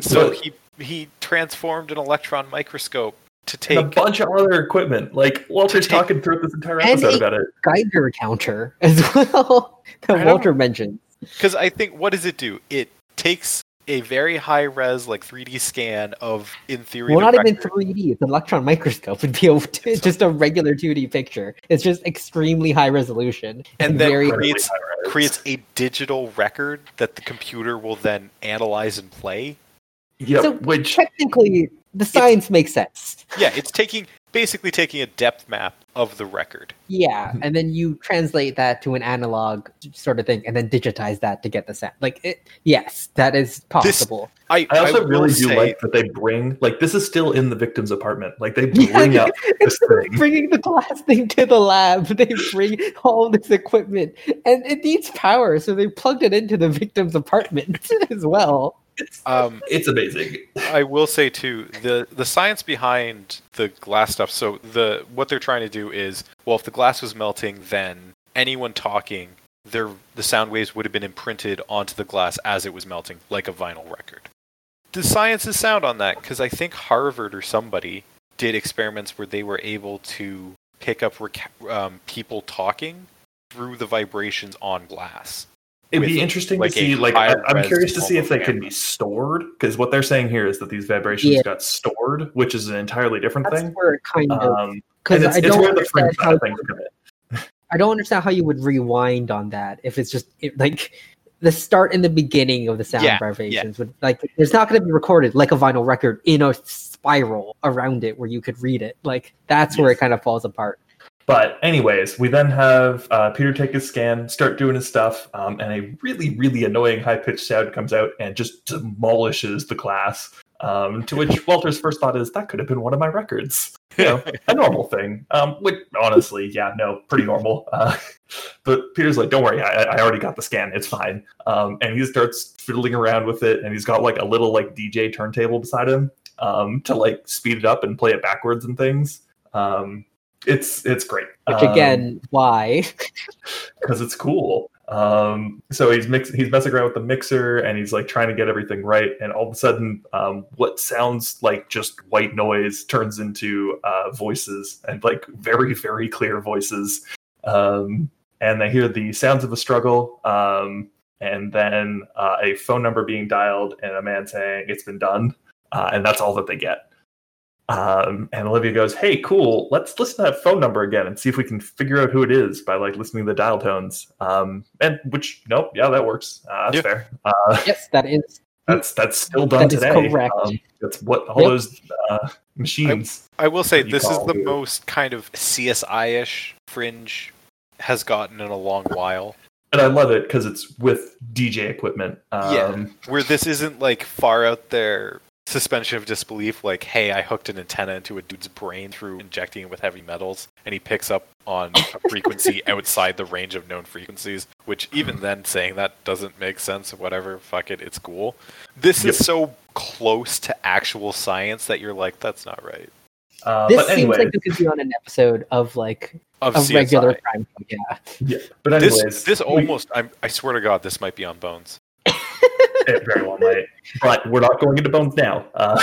[SPEAKER 2] So
[SPEAKER 1] but-
[SPEAKER 2] he he transformed an electron microscope to
[SPEAKER 1] and
[SPEAKER 2] take
[SPEAKER 1] a bunch of other equipment. Like Walter's
[SPEAKER 2] take-
[SPEAKER 1] talking throughout this entire
[SPEAKER 3] And
[SPEAKER 1] episode
[SPEAKER 3] a-
[SPEAKER 1] about it.
[SPEAKER 3] geiger counter as well
[SPEAKER 2] I
[SPEAKER 3] that
[SPEAKER 2] don't-
[SPEAKER 3] walter mentioned
[SPEAKER 2] because I think what does it do? It takes a very high res like 3D scan of in theory.
[SPEAKER 3] Well,
[SPEAKER 2] the
[SPEAKER 3] not even
[SPEAKER 2] record.
[SPEAKER 3] 3D. It's an electron microscope. It'd be a, it's just a regular 2D picture. It's just extremely high resolution.
[SPEAKER 2] And then
[SPEAKER 3] very
[SPEAKER 2] create- Creates-
[SPEAKER 1] Really high res.
[SPEAKER 2] creates a digital record that the computer will then analyze and play.
[SPEAKER 1] Yep,
[SPEAKER 3] So-
[SPEAKER 1] which
[SPEAKER 3] technically the science makes sense.
[SPEAKER 2] Yeah, it's taking basically taking a depth map of the record.
[SPEAKER 3] Yeah, and then you translate that to an analog sort of thing, and then digitize that to get the sound. Like, it, yes, that is possible.
[SPEAKER 2] I,
[SPEAKER 1] I also
[SPEAKER 2] will
[SPEAKER 1] really do
[SPEAKER 2] say-
[SPEAKER 1] like that they bring like this is still in the victim's apartment. Like they bring up this
[SPEAKER 3] Instead of
[SPEAKER 1] thing.
[SPEAKER 3] bringing the glass thing to the lab, they bring all this equipment, and it needs power, so they plugged it into the victim's apartment as well.
[SPEAKER 2] Um,
[SPEAKER 1] It's amazing.
[SPEAKER 2] I will say too the the science behind the glass stuff. So the what they're trying to do is well, if the glass was melting, then anyone talking their the sound waves would have been imprinted onto the glass as it was melting, like a vinyl record. The science is sound on that because I think Harvard or somebody did experiments where they were able to pick up reca- um, people talking through the vibrations on glass.
[SPEAKER 1] It'd
[SPEAKER 2] with,
[SPEAKER 1] be interesting
[SPEAKER 2] like, a
[SPEAKER 1] to see. Like, I,
[SPEAKER 2] higher
[SPEAKER 1] I'm
[SPEAKER 2] res
[SPEAKER 1] curious to see if they
[SPEAKER 2] mobile
[SPEAKER 1] can
[SPEAKER 2] camera.
[SPEAKER 1] be stored because what they're saying here is that these vibrations
[SPEAKER 3] Yeah.
[SPEAKER 1] got stored, which is an entirely different
[SPEAKER 3] That's
[SPEAKER 1] thing.
[SPEAKER 3] where it kind of
[SPEAKER 1] Um, and
[SPEAKER 3] because
[SPEAKER 1] it's,
[SPEAKER 3] I
[SPEAKER 1] it's
[SPEAKER 3] don't
[SPEAKER 1] where the fringe
[SPEAKER 3] understand how
[SPEAKER 1] kind of things come in.
[SPEAKER 3] I don't understand how you would rewind on that if it's just it, like the start and the beginning of the sound
[SPEAKER 2] Yeah,
[SPEAKER 3] vibrations would like it's not going to be recorded like a vinyl record in a spiral around it where you could read it. Like that's where it
[SPEAKER 1] Yes.
[SPEAKER 3] kind of falls apart.
[SPEAKER 1] But anyways, we then have uh, Peter take his scan, start doing his stuff, um, and a really, really annoying high pitched sound comes out and just demolishes the class. Um, to which Walter's first thought is that could have been one of my records. You know, a normal thing. Um, which honestly, yeah, no, pretty normal. Uh, but Peter's like, don't worry, I, I already got the scan. It's fine. Um, and he starts fiddling around with it, and he's got like a little like DJ turntable beside him um, to like speed it up and play it backwards and things. Um, it's it's great.
[SPEAKER 3] Which again, why?
[SPEAKER 1] because it's cool. Um, so he's mix- he's messing around with the mixer and he's like trying to get everything right, and all of a sudden, um, what sounds like just white noise turns into uh, voices and like very very clear voices. Um, and they hear the sounds of a struggle, um, and then uh, a phone number being dialed and a man saying it's been done, uh, and that's all that they get. Um, and Olivia goes, "Hey, cool. Let's listen to that phone number again and see if we can figure out who it is by like listening to the dial tones." Um, and which, nope, yeah, that works. Uh, that's
[SPEAKER 2] Yeah.
[SPEAKER 1] fair. Uh,
[SPEAKER 3] yes, that is
[SPEAKER 1] that's that's still done
[SPEAKER 3] That is
[SPEAKER 1] today. um,
[SPEAKER 3] correct.
[SPEAKER 1] that's what all
[SPEAKER 3] Yep.
[SPEAKER 1] those uh, machines.
[SPEAKER 2] I will say
[SPEAKER 1] you
[SPEAKER 2] this is
[SPEAKER 1] call
[SPEAKER 2] the
[SPEAKER 1] here.
[SPEAKER 2] most kind of CSI ish fringe has gotten in a long while.
[SPEAKER 1] and I love it because it's with DJ equipment. Um,
[SPEAKER 2] Yeah. Where this isn't like far out there suspension of disbelief, like, hey, I hooked an antenna into a dude's brain through injecting it with heavy metals, and he picks up on a frequency outside the range of known frequencies, which even
[SPEAKER 1] Mm-hmm.
[SPEAKER 2] then saying that doesn't make sense, whatever, fuck it, it's cool. This
[SPEAKER 1] Yep.
[SPEAKER 2] is so close to actual science that you're like, that's not right.
[SPEAKER 1] Uh,
[SPEAKER 3] this
[SPEAKER 1] but
[SPEAKER 3] seems
[SPEAKER 1] anyway,
[SPEAKER 3] like this could be on an episode of like
[SPEAKER 2] Of
[SPEAKER 3] of
[SPEAKER 2] CSI.
[SPEAKER 3] regular crime. Yeah.
[SPEAKER 1] but anyways,
[SPEAKER 2] This, this
[SPEAKER 1] we-
[SPEAKER 2] almost, I'm, I swear to God, this might be on Bones.
[SPEAKER 1] it very well might. But we're not going into bones now. Uh,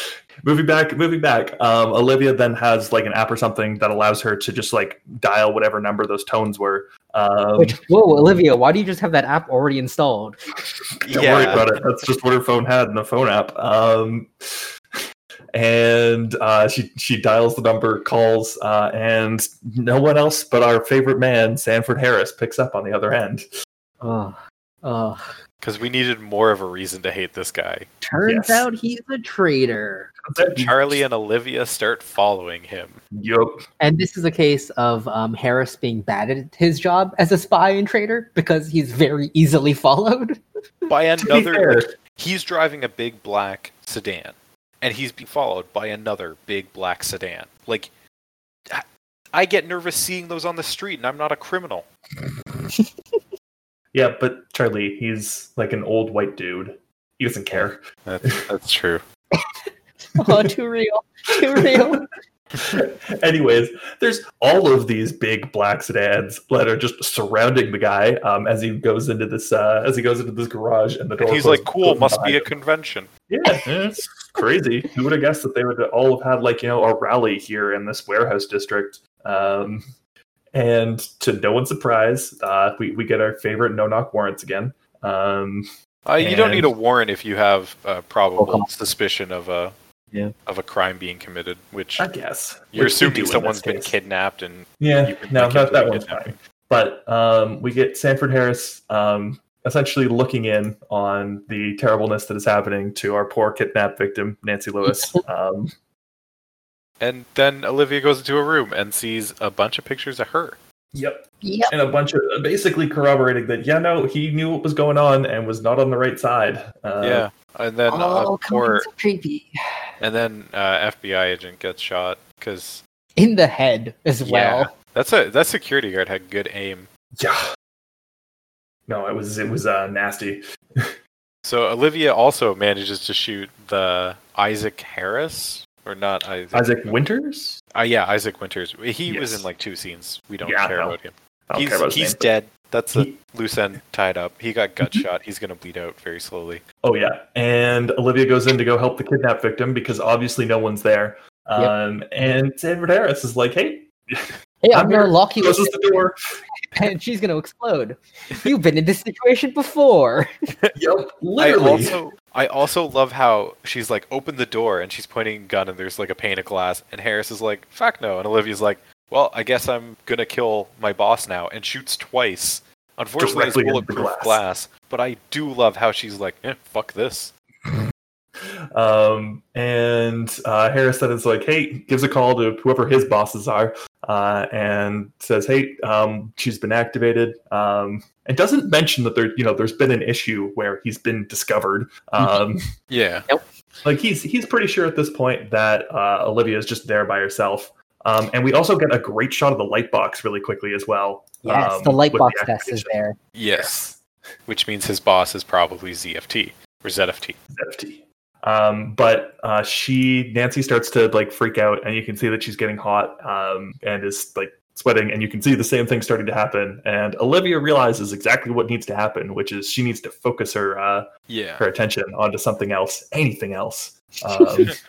[SPEAKER 1] moving back, moving back. Um, Olivia then has like an app or something that allows her to just like dial whatever number those tones were. Um,
[SPEAKER 3] Which whoa, Olivia, why do you just have that app already installed?
[SPEAKER 1] don't worry about it. That's just what her phone had in the phone app. Um, and uh, she she dials the number, calls, uh, and no one else but our favorite man, Sanford Harris, picks up on the other end.
[SPEAKER 3] Oh, oh.
[SPEAKER 2] Because we needed more of a reason to hate this guy.
[SPEAKER 3] Turns
[SPEAKER 1] Yes.
[SPEAKER 3] out he's a traitor.
[SPEAKER 2] Charlie and Olivia start following him.
[SPEAKER 1] Yup.
[SPEAKER 3] And this is a case of um, Harris being bad at his job as a spy and traitor because he's very easily followed.
[SPEAKER 2] By
[SPEAKER 1] To be
[SPEAKER 2] another,
[SPEAKER 1] fair,
[SPEAKER 2] he's driving a big black sedan, and he's being followed by another big black sedan. Like, I- I get nervous seeing those on the street, and I'm not a criminal.
[SPEAKER 1] Yeah, but Charlie, he's like an old white dude. He doesn't care.
[SPEAKER 2] That's, that's true.
[SPEAKER 3] oh, too real, too real.
[SPEAKER 1] Anyways, there's all of these big black sedans that are just surrounding the guy um, as he goes into this uh, as he goes into this garage, and the door.
[SPEAKER 2] And he's
[SPEAKER 1] closes-
[SPEAKER 2] like, cool,
[SPEAKER 1] closes
[SPEAKER 2] must be
[SPEAKER 1] behind
[SPEAKER 2] a convention.
[SPEAKER 1] him. yeah, it's crazy. Who would have guessed that they would all have had like you know a rally here in this warehouse district? Um, and to no one's surprise, uh, we we get our favorite no knock warrants again. Um,
[SPEAKER 2] Uh, you don't
[SPEAKER 1] And-
[SPEAKER 2] need a warrant if you have uh, probable
[SPEAKER 3] Okay.
[SPEAKER 2] suspicion of a
[SPEAKER 3] Yeah.
[SPEAKER 2] of a crime being committed, which
[SPEAKER 1] I guess
[SPEAKER 2] you're
[SPEAKER 1] Which we do
[SPEAKER 2] assuming
[SPEAKER 1] in this
[SPEAKER 2] someone's been
[SPEAKER 1] case.
[SPEAKER 2] kidnapped and
[SPEAKER 1] Yeah,
[SPEAKER 2] You've been
[SPEAKER 1] no,
[SPEAKER 2] thinking
[SPEAKER 1] that, that
[SPEAKER 2] doing
[SPEAKER 1] one's
[SPEAKER 2] it
[SPEAKER 1] fine. But um, we get Sanford Harris um, essentially looking in on the terribleness that is happening to our poor kidnapped victim, Nancy Lewis. Um,
[SPEAKER 2] And then Olivia goes into a room and sees a bunch of pictures of her.
[SPEAKER 1] Yep.
[SPEAKER 5] Yep.
[SPEAKER 1] And a bunch of basically corroborating that, yeah, no, he knew what was going on and was not on the right side. Uh,
[SPEAKER 2] yeah. And then
[SPEAKER 5] oh,
[SPEAKER 2] uh,
[SPEAKER 5] come on,
[SPEAKER 2] poor,
[SPEAKER 5] so creepy.
[SPEAKER 2] and then uh, FBI agent gets shot because
[SPEAKER 3] in the head as
[SPEAKER 2] Yeah.
[SPEAKER 3] well.
[SPEAKER 2] that's a that security guard had good aim.
[SPEAKER 1] Yeah. No, it was it was uh, nasty.
[SPEAKER 2] So Olivia also manages to shoot the Isaac Harris or not Isaac.
[SPEAKER 1] Isaac Winters.
[SPEAKER 2] Uh, yeah, Isaac Winters. He was
[SPEAKER 1] Yes.
[SPEAKER 2] in like two scenes. We don't
[SPEAKER 1] Yeah,
[SPEAKER 2] care
[SPEAKER 1] no.
[SPEAKER 2] about him.
[SPEAKER 1] I don't
[SPEAKER 2] He's
[SPEAKER 1] care about his
[SPEAKER 2] he's
[SPEAKER 1] name.
[SPEAKER 2] dead. That's a
[SPEAKER 1] He-
[SPEAKER 2] loose end tied up. He got gut shot. He's gonna bleed out very slowly.
[SPEAKER 1] Oh yeah, and Olivia goes in to go help the kidnapped victim because obviously no one's there.
[SPEAKER 3] Yep.
[SPEAKER 1] Um, And Sanford Harris is like, "Hey,
[SPEAKER 3] Hey,
[SPEAKER 1] I'm
[SPEAKER 3] I'm gonna
[SPEAKER 1] here.
[SPEAKER 3] lock you
[SPEAKER 1] closes
[SPEAKER 3] in,
[SPEAKER 1] the door."
[SPEAKER 3] and she's gonna explode. You've been in this situation before.
[SPEAKER 1] yep, literally.
[SPEAKER 2] I also I also love how she's like open the door and she's pointing a gun and there's like a pane of glass and Harris is like fuck no and Olivia's like well I guess I'm gonna kill my boss now and shoots twice. Unfortunately,
[SPEAKER 1] Directly
[SPEAKER 2] it's
[SPEAKER 1] into the
[SPEAKER 2] bulletproof
[SPEAKER 1] glass.
[SPEAKER 2] glass. but I do love how she's like eh, fuck this.
[SPEAKER 1] Um, and uh, Harris then is like, "Hey," gives a call to whoever his bosses are, uh, and says, "Hey, um, she's been activated." Um, and doesn't mention that there, you know, there's been an issue where he's been discovered. Um,
[SPEAKER 2] Yeah.
[SPEAKER 1] like he's he's pretty sure at this point that uh, Olivia is just there by herself. Um, and we also get a great shot of the light box really quickly as well.
[SPEAKER 3] Yes,
[SPEAKER 1] um,
[SPEAKER 3] the light
[SPEAKER 1] with
[SPEAKER 3] box
[SPEAKER 1] the
[SPEAKER 3] test is there.
[SPEAKER 2] Yes. Which means his boss is probably ZFT or ZFT.
[SPEAKER 1] activation, ZFT. Um, but uh, she Nancy starts to like freak out, and you can see that she's getting hot um, and is like sweating, and you can see the same thing starting to happen. And Olivia realizes exactly what needs to happen, which is she needs to focus her uh,
[SPEAKER 2] Yeah.
[SPEAKER 1] her attention onto something else, anything else. Um,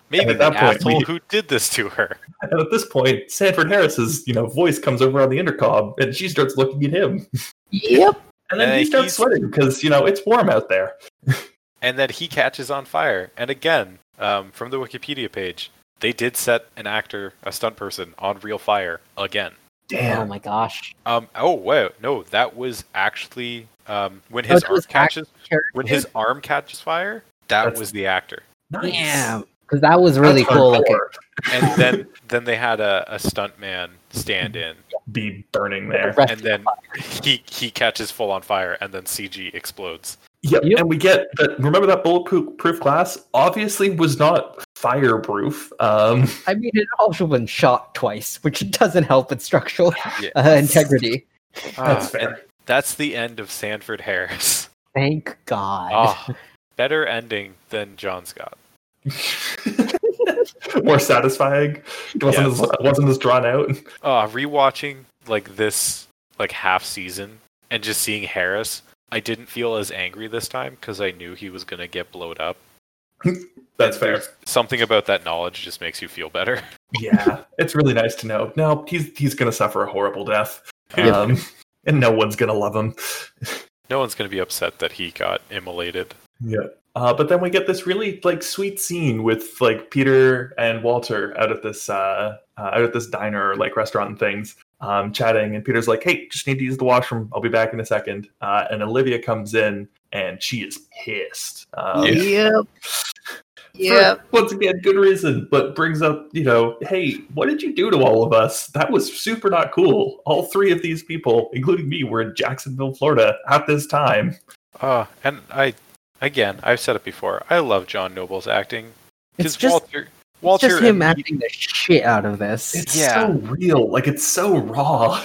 [SPEAKER 2] Maybe
[SPEAKER 1] at
[SPEAKER 2] the
[SPEAKER 1] that point,
[SPEAKER 2] asshole
[SPEAKER 1] we-
[SPEAKER 2] who did this to her.
[SPEAKER 1] And at this point, Sanford Harris's you know voice comes over on the intercom, and she starts looking at him,
[SPEAKER 5] Yep.
[SPEAKER 1] and then
[SPEAKER 2] Uh,
[SPEAKER 1] he starts
[SPEAKER 2] he's-
[SPEAKER 1] sweating because you know it's warm out there.
[SPEAKER 2] and then he catches on fire. And again, um, from the Wikipedia page, they did set an actor, a stunt person, on real fire again.
[SPEAKER 3] Oh
[SPEAKER 1] Damn,
[SPEAKER 3] my gosh!
[SPEAKER 2] Um, oh wow, no, that was actually um, when his
[SPEAKER 3] that
[SPEAKER 2] arm
[SPEAKER 3] was act-
[SPEAKER 2] catches
[SPEAKER 3] character?
[SPEAKER 2] when his arm catches fire. That
[SPEAKER 1] That's-
[SPEAKER 2] was the actor.
[SPEAKER 1] nice.
[SPEAKER 3] Damn, because that was really
[SPEAKER 1] That's
[SPEAKER 3] cool.
[SPEAKER 1] hardcore.
[SPEAKER 3] looking.
[SPEAKER 2] And then then they had a, a stunt man stand in,
[SPEAKER 1] Be burning there.
[SPEAKER 3] Rest
[SPEAKER 2] and then he he catches full on fire, and then CG explodes.
[SPEAKER 1] Yep.
[SPEAKER 3] Yep.
[SPEAKER 1] And we get that. Remember that bulletproof proof glass obviously was not fireproof. Um,
[SPEAKER 3] I mean, it also been shot twice, which doesn't help with structural
[SPEAKER 2] Yeah.
[SPEAKER 3] uh, integrity.
[SPEAKER 1] that's
[SPEAKER 2] Ah, and
[SPEAKER 1] fair.
[SPEAKER 2] that's the end of Sanford Harris.
[SPEAKER 3] Thank God.
[SPEAKER 2] Ah, better ending than John Scott.
[SPEAKER 1] More satisfying. It wasn't
[SPEAKER 2] Yes.
[SPEAKER 1] as it wasn't as drawn out.
[SPEAKER 2] uh rewatching like this like half season and just seeing Harris, I didn't feel as angry this time because I knew he was gonna get blowed up.
[SPEAKER 1] That's
[SPEAKER 2] And
[SPEAKER 1] fair.
[SPEAKER 2] there's- Something about that knowledge just makes you feel better.
[SPEAKER 1] Yeah, it's really nice to know. No, he's he's gonna suffer a horrible death,
[SPEAKER 2] Yep.
[SPEAKER 1] um, and no one's gonna love him.
[SPEAKER 2] No one's gonna be upset that he got immolated.
[SPEAKER 1] Yeah. Uh, but then we get this really like sweet scene with like Peter and Walter out at this uh, uh, out at this diner or like restaurant and things, um, chatting. And Peter's like, "Hey, just need to use the washroom. I'll be back in a second. Uh, and Olivia comes in and she is pissed. Um, for,
[SPEAKER 5] Yep. Yep.
[SPEAKER 1] once again, good reason, but brings up you know, hey, what did you do to all of us? That was super not cool. All three of these people, including me, were in Jacksonville, Florida at this time.
[SPEAKER 2] Uh and I again, I've said it before, I love John Noble's acting. Because
[SPEAKER 3] it's just
[SPEAKER 2] Walter Walter
[SPEAKER 3] it's just him
[SPEAKER 2] and-
[SPEAKER 3] acting the shit out of this.
[SPEAKER 1] It's
[SPEAKER 2] Yeah.
[SPEAKER 1] so real. Like it's so raw.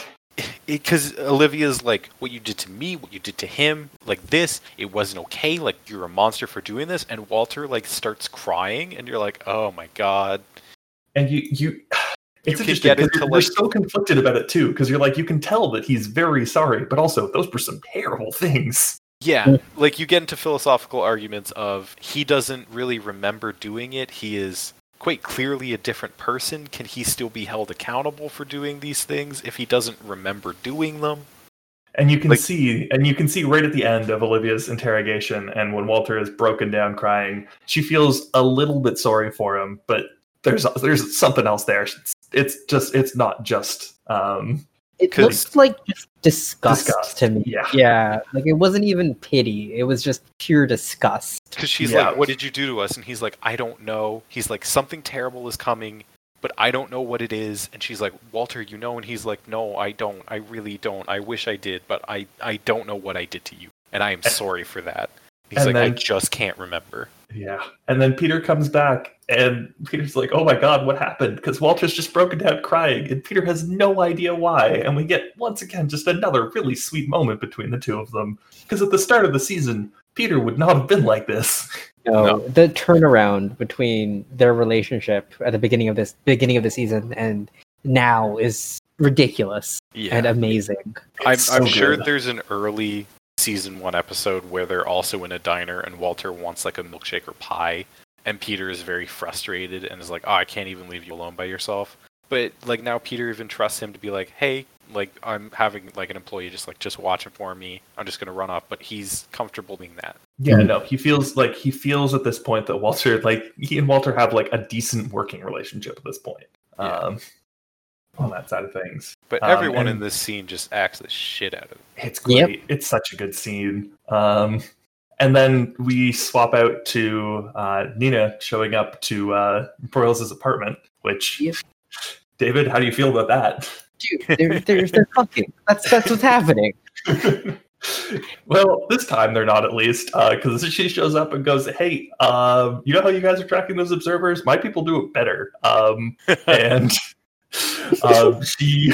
[SPEAKER 2] because Olivia's like, what you did to me, what you did to him, like this, it wasn't okay. Like you're a monster for doing this. And Walter like starts crying, and you're like, oh my god.
[SPEAKER 1] and you you
[SPEAKER 2] You
[SPEAKER 1] it's
[SPEAKER 2] could
[SPEAKER 1] interesting
[SPEAKER 2] get
[SPEAKER 1] 'cause
[SPEAKER 2] into,
[SPEAKER 1] you're,
[SPEAKER 2] like-
[SPEAKER 1] you're so conflicted about it too because you're like you can tell that he's very sorry but also those were some terrible things
[SPEAKER 2] Yeah, like you get into philosophical arguments of he doesn't really remember doing it. He is quite clearly a different person. Can he still be held accountable for doing these things if he doesn't remember doing them?
[SPEAKER 1] and you can
[SPEAKER 2] Like-
[SPEAKER 1] see and you can see right at the end of olivia's interrogation and when walter is broken down crying she feels a little bit sorry for him but there's there's something else there it's, it's just it's not just um
[SPEAKER 3] It
[SPEAKER 2] 'Cause-
[SPEAKER 3] looks like just disgust,
[SPEAKER 1] Disgust,
[SPEAKER 3] to me.
[SPEAKER 1] yeah.
[SPEAKER 3] like it wasn't even pity; it was just pure disgust.
[SPEAKER 2] Because she's
[SPEAKER 1] Yeah.
[SPEAKER 2] like, "What did you do to us?" And he's like, "I don't know." He's like, "Something terrible is coming. but I don't know what it is. And she's like, Walter, you know? And he's like, No, I don't. I really don't. I wish I did, but I, I don't know what I did to you. And I am sorry for that. He's
[SPEAKER 1] Eh. And
[SPEAKER 2] like, I
[SPEAKER 1] then-
[SPEAKER 2] just can't remember.
[SPEAKER 1] Yeah. And then Peter comes back and Peter's like, oh my God, what happened? Because Walter's just broken down crying and Peter has no idea why. And we get, once again, just another really sweet moment between the two of them. Because at the start of the season, Peter would not have been like this.
[SPEAKER 3] No, the turnaround between their relationship at the beginning of this beginning of the season and now is ridiculous
[SPEAKER 2] Yeah.
[SPEAKER 3] and amazing.
[SPEAKER 2] I'm,
[SPEAKER 1] It's
[SPEAKER 2] I'm
[SPEAKER 1] so
[SPEAKER 2] sure
[SPEAKER 1] good.
[SPEAKER 2] there's an early season one episode where they're also in a diner and Walter wants like a milkshake or pie, and Peter is very frustrated and is like, "Oh, I can't even leave you alone by yourself." But like now, Peter even trusts him to be like, "Hey, like I'm having like an employee just like just watch it for me. I'm just gonna run off." But he's comfortable being that.
[SPEAKER 1] Yeah, no, he feels like he feels at this point that Walter, like he and Walter have like a decent working relationship at this point.
[SPEAKER 2] Yeah.
[SPEAKER 1] Um, on that side of things.
[SPEAKER 2] But
[SPEAKER 1] Um,
[SPEAKER 2] everyone in
[SPEAKER 1] and-
[SPEAKER 2] this scene just acts the shit out of it.
[SPEAKER 1] It's
[SPEAKER 3] Yep.
[SPEAKER 1] great. It's such a good scene. Um, and then we swap out to uh, Nina showing up to uh, Broyles' apartment, which,
[SPEAKER 3] Yep.
[SPEAKER 1] David, how do you feel about that?
[SPEAKER 3] Dude, they're, they're, they're fucking. That's that's what's happening.
[SPEAKER 1] well, this time they're not, at least, because she shows up and goes, Hey, um, you know how you guys are tracking those observers? My people do it better. Um, and um, she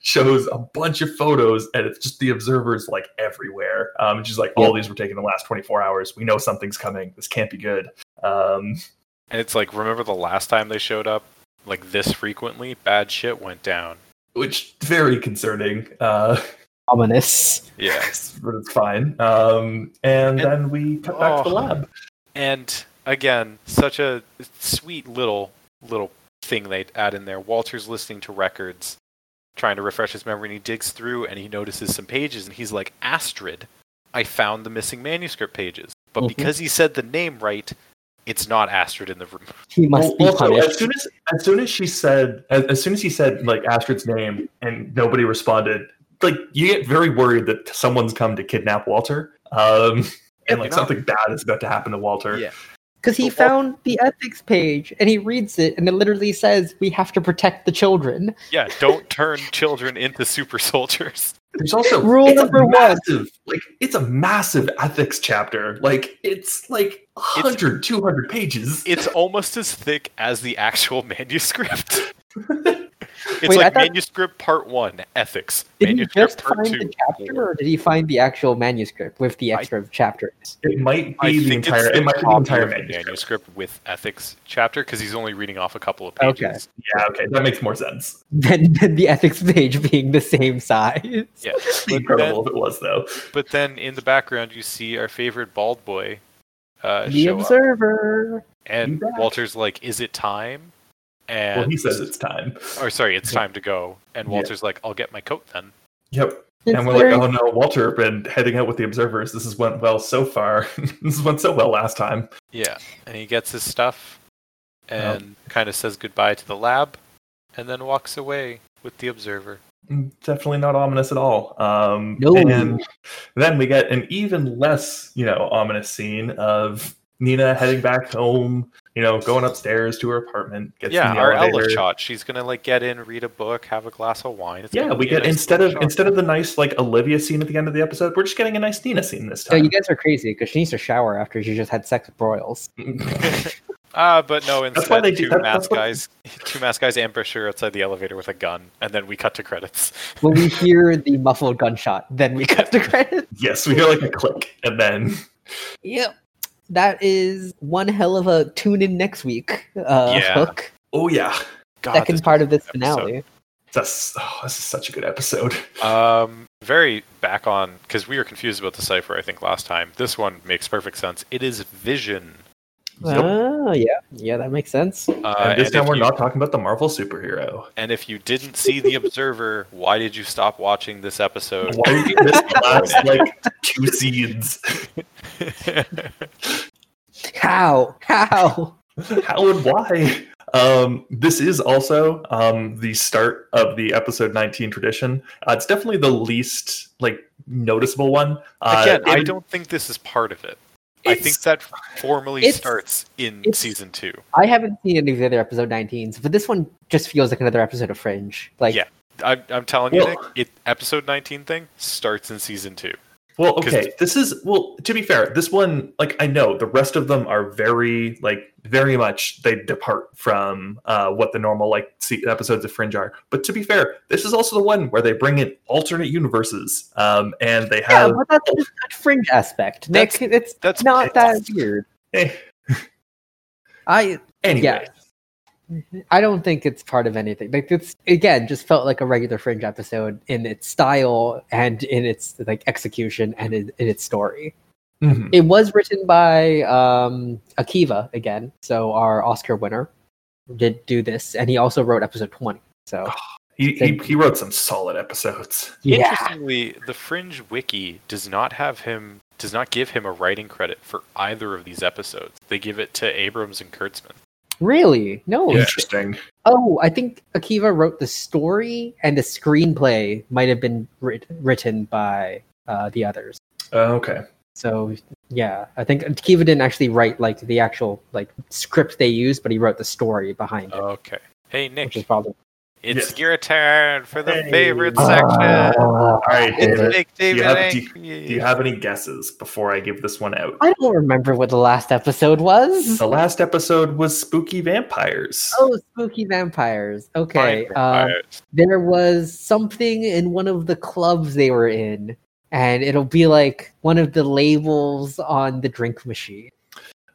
[SPEAKER 1] shows a bunch of photos and it's just the observers like everywhere um, and she's like all these were taken in the last 24 hours we know something's coming this can't be good um,
[SPEAKER 2] And it's like, remember the last time they showed up like this frequently? Bad shit went down.
[SPEAKER 1] which very concerning uh,
[SPEAKER 3] Ominous.
[SPEAKER 2] Yeah.
[SPEAKER 1] but it's fine um, and,
[SPEAKER 2] And-
[SPEAKER 1] then we cut back to the
[SPEAKER 2] Oh.
[SPEAKER 1] lab
[SPEAKER 2] And again, such a sweet little little thing they add in there. Walter's listening to records, trying to refresh his memory, and he digs through and he notices some pages and he's like, Astrid, I found the missing manuscript pages. But
[SPEAKER 3] Mhm.
[SPEAKER 2] because he said the name right, it's not Astrid in the room.
[SPEAKER 3] He must
[SPEAKER 1] Well,
[SPEAKER 3] be
[SPEAKER 1] also, as
[SPEAKER 3] punished.
[SPEAKER 1] soon as as soon as she said as, as soon as he said like Astrid's name and nobody responded like you get very worried that someone's come to kidnap Walter um, and like
[SPEAKER 2] no.
[SPEAKER 1] something bad is about to happen to Walter
[SPEAKER 2] Yeah.
[SPEAKER 3] Because he found the ethics page and he reads it and it literally says we have to protect the children.
[SPEAKER 2] Yeah, don't turn children into super soldiers.
[SPEAKER 1] There's also
[SPEAKER 3] Rule
[SPEAKER 1] it's a
[SPEAKER 3] number one.
[SPEAKER 1] massive, Like it's a massive ethics chapter. Like it's like 100, 200 pages.
[SPEAKER 2] It's almost as thick as the actual manuscript. It's
[SPEAKER 3] Wait, I
[SPEAKER 2] like
[SPEAKER 3] thought-
[SPEAKER 2] manuscript part one, ethics.
[SPEAKER 3] Did he
[SPEAKER 2] manuscript
[SPEAKER 3] just
[SPEAKER 2] part
[SPEAKER 3] find
[SPEAKER 2] two,
[SPEAKER 3] the chapter
[SPEAKER 2] war.
[SPEAKER 3] or did he find the actual manuscript with the
[SPEAKER 2] I-
[SPEAKER 3] extra chapters?
[SPEAKER 1] It might
[SPEAKER 2] I
[SPEAKER 1] be the
[SPEAKER 2] think
[SPEAKER 1] entire.
[SPEAKER 2] it's
[SPEAKER 1] It might be the
[SPEAKER 2] copy
[SPEAKER 1] entire
[SPEAKER 2] of the
[SPEAKER 1] manuscript.
[SPEAKER 2] manuscript with ethics chapter because he's only reading off a couple of
[SPEAKER 3] Okay.
[SPEAKER 2] pages.
[SPEAKER 1] Yeah. Okay, that makes more sense.
[SPEAKER 3] Then then the ethics page being the same size.
[SPEAKER 2] Yeah.
[SPEAKER 1] It'd be
[SPEAKER 2] But
[SPEAKER 1] incredible
[SPEAKER 2] then,
[SPEAKER 1] if it was though.
[SPEAKER 2] but then in the background, you see our favorite bald boy uh,
[SPEAKER 3] The
[SPEAKER 2] show up,
[SPEAKER 3] observer.
[SPEAKER 1] You
[SPEAKER 2] and
[SPEAKER 1] back.
[SPEAKER 2] Walter's like, "Is it time?" And
[SPEAKER 1] Well, he says it's time.
[SPEAKER 2] or sorry, it's time to go. And
[SPEAKER 1] Yeah.
[SPEAKER 2] Walter's like, "I'll get my coat then."
[SPEAKER 1] Yep.
[SPEAKER 3] It's
[SPEAKER 1] and we're like,
[SPEAKER 3] very-
[SPEAKER 1] oh no, Walter been heading out with the observers. This has went well so far. this went so well last time.
[SPEAKER 2] Yeah, and he gets his stuff
[SPEAKER 1] Yep.
[SPEAKER 2] and kind of says goodbye to the lab, and then walks away with the observer.
[SPEAKER 1] definitely not ominous at all. Um,
[SPEAKER 3] No.
[SPEAKER 1] And then we get an even less, you know, ominous scene of Nina heading back home. You know, going upstairs to her apartment. Gets
[SPEAKER 2] yeah,
[SPEAKER 1] in the
[SPEAKER 2] our Ella
[SPEAKER 1] elevator.
[SPEAKER 2] shot. She's gonna like get in, read a book, have a glass of wine. It's
[SPEAKER 1] Yeah,
[SPEAKER 2] gonna
[SPEAKER 1] we
[SPEAKER 2] be a
[SPEAKER 1] get
[SPEAKER 2] nice
[SPEAKER 1] instead
[SPEAKER 2] little
[SPEAKER 1] of
[SPEAKER 2] shot.
[SPEAKER 1] instead of the nice like Olivia scene at the end of the episode, we're just getting a nice Nina scene this
[SPEAKER 3] No,
[SPEAKER 1] time.
[SPEAKER 3] Oh, you guys are crazy because she needs to shower after she just had sex with Broyles.
[SPEAKER 2] Ah, but no,
[SPEAKER 1] That's why
[SPEAKER 2] instead
[SPEAKER 1] they do-
[SPEAKER 2] two
[SPEAKER 1] that- that's
[SPEAKER 2] masked
[SPEAKER 1] what-
[SPEAKER 2] guys, two masked guys ambush her outside the elevator with a gun, and then we cut to credits.
[SPEAKER 3] When we hear the muffled gunshot, then we cut the credits.
[SPEAKER 1] yes, we hear like a click, and then
[SPEAKER 6] Yep.
[SPEAKER 3] That is one hell of a tune in next week uh,
[SPEAKER 2] Yeah.
[SPEAKER 3] hook.
[SPEAKER 1] oh yeah,
[SPEAKER 2] God,
[SPEAKER 3] Second
[SPEAKER 2] this-
[SPEAKER 3] part of this
[SPEAKER 2] episode.
[SPEAKER 3] finale.
[SPEAKER 1] that's oh, this is such a good episode.
[SPEAKER 2] Um, very back on because we were confused about the cipher. I think last time this one makes perfect sense. It is Vision.
[SPEAKER 1] Yep.
[SPEAKER 3] Oh, yeah. Yeah, that makes sense.
[SPEAKER 2] Uh,
[SPEAKER 1] and this
[SPEAKER 2] and
[SPEAKER 1] time
[SPEAKER 2] if
[SPEAKER 1] we're
[SPEAKER 2] you-
[SPEAKER 1] not talking about the Marvel superhero.
[SPEAKER 2] And if you didn't see the Observer, why did you stop watching this episode?
[SPEAKER 1] Why did this last like two scenes?
[SPEAKER 3] How? How?
[SPEAKER 1] how and why. Um, this is also um, the start of the episode 19 tradition. Uh, it's definitely the least like noticeable one. Uh,
[SPEAKER 2] Again, I
[SPEAKER 1] it-
[SPEAKER 2] don't think this is part of it. I think that formally
[SPEAKER 3] it's-
[SPEAKER 2] starts in
[SPEAKER 3] it's-
[SPEAKER 2] season two.
[SPEAKER 3] I haven't seen any of the other episode 19s, but this one just feels like another episode of Fringe. Like,
[SPEAKER 2] Yeah. I'm, I'm telling you,
[SPEAKER 1] Well-
[SPEAKER 2] Nick, it, episode 19 thing starts in season two.
[SPEAKER 1] Well,
[SPEAKER 2] 'Cause-
[SPEAKER 1] okay. This is well. To be fair, this one, like I know, the rest of them are very, like, very much they depart from uh, what the normal like se- episodes of Fringe are. But to be fair, this is also the one where they bring in alternate universes, um, and they
[SPEAKER 3] yeah,
[SPEAKER 1] have
[SPEAKER 3] but that's just that Fringe aspect. Nick, it's
[SPEAKER 2] Uh, that's
[SPEAKER 3] not that weird.
[SPEAKER 1] Eh,
[SPEAKER 3] I
[SPEAKER 1] anyway.
[SPEAKER 3] Yeah. I don't think it's part of anything. Like it's again just felt like a regular Fringe episode in its style and in its like execution and in, in its story.
[SPEAKER 1] Mhm.
[SPEAKER 3] It was written by um, Akiva again, so our Oscar winner did do this, and he also wrote episode twenty. So
[SPEAKER 1] He, he
[SPEAKER 3] Thank
[SPEAKER 1] he wrote some solid episodes.
[SPEAKER 3] yeah,
[SPEAKER 2] Interestingly, the Fringe Wiki does not have him does not give him a writing credit for either of these episodes. They give it to Abrams and Kurtzman.
[SPEAKER 3] really? No.
[SPEAKER 1] Interesting.
[SPEAKER 3] Oh, I think Akiva wrote the story, and the screenplay might have been writ- written by uh, the others.
[SPEAKER 1] Uh, okay.
[SPEAKER 3] So yeah, I think Akiva didn't actually write like the actual like script they used, but he wrote the story behind it,
[SPEAKER 2] Okay. Hey
[SPEAKER 3] which is
[SPEAKER 2] Nick,
[SPEAKER 3] probably
[SPEAKER 2] it's
[SPEAKER 1] Yes.
[SPEAKER 2] your turn for the
[SPEAKER 1] Hey.
[SPEAKER 2] favorite
[SPEAKER 1] Ah.
[SPEAKER 2] section.
[SPEAKER 1] All right.
[SPEAKER 2] It's
[SPEAKER 1] David,
[SPEAKER 2] Nick, David,
[SPEAKER 1] have-
[SPEAKER 2] and-
[SPEAKER 1] do do you have any guesses before I give this one out?
[SPEAKER 3] I don't remember what the last episode was.
[SPEAKER 1] The last episode was spooky vampires.
[SPEAKER 3] Um, Oh, spooky vampires. Okay,
[SPEAKER 2] Fine,
[SPEAKER 3] uh,
[SPEAKER 2] vampires.
[SPEAKER 1] um,
[SPEAKER 3] there was something in one of the clubs they were in, and it'll be like one of the labels on the drink machine.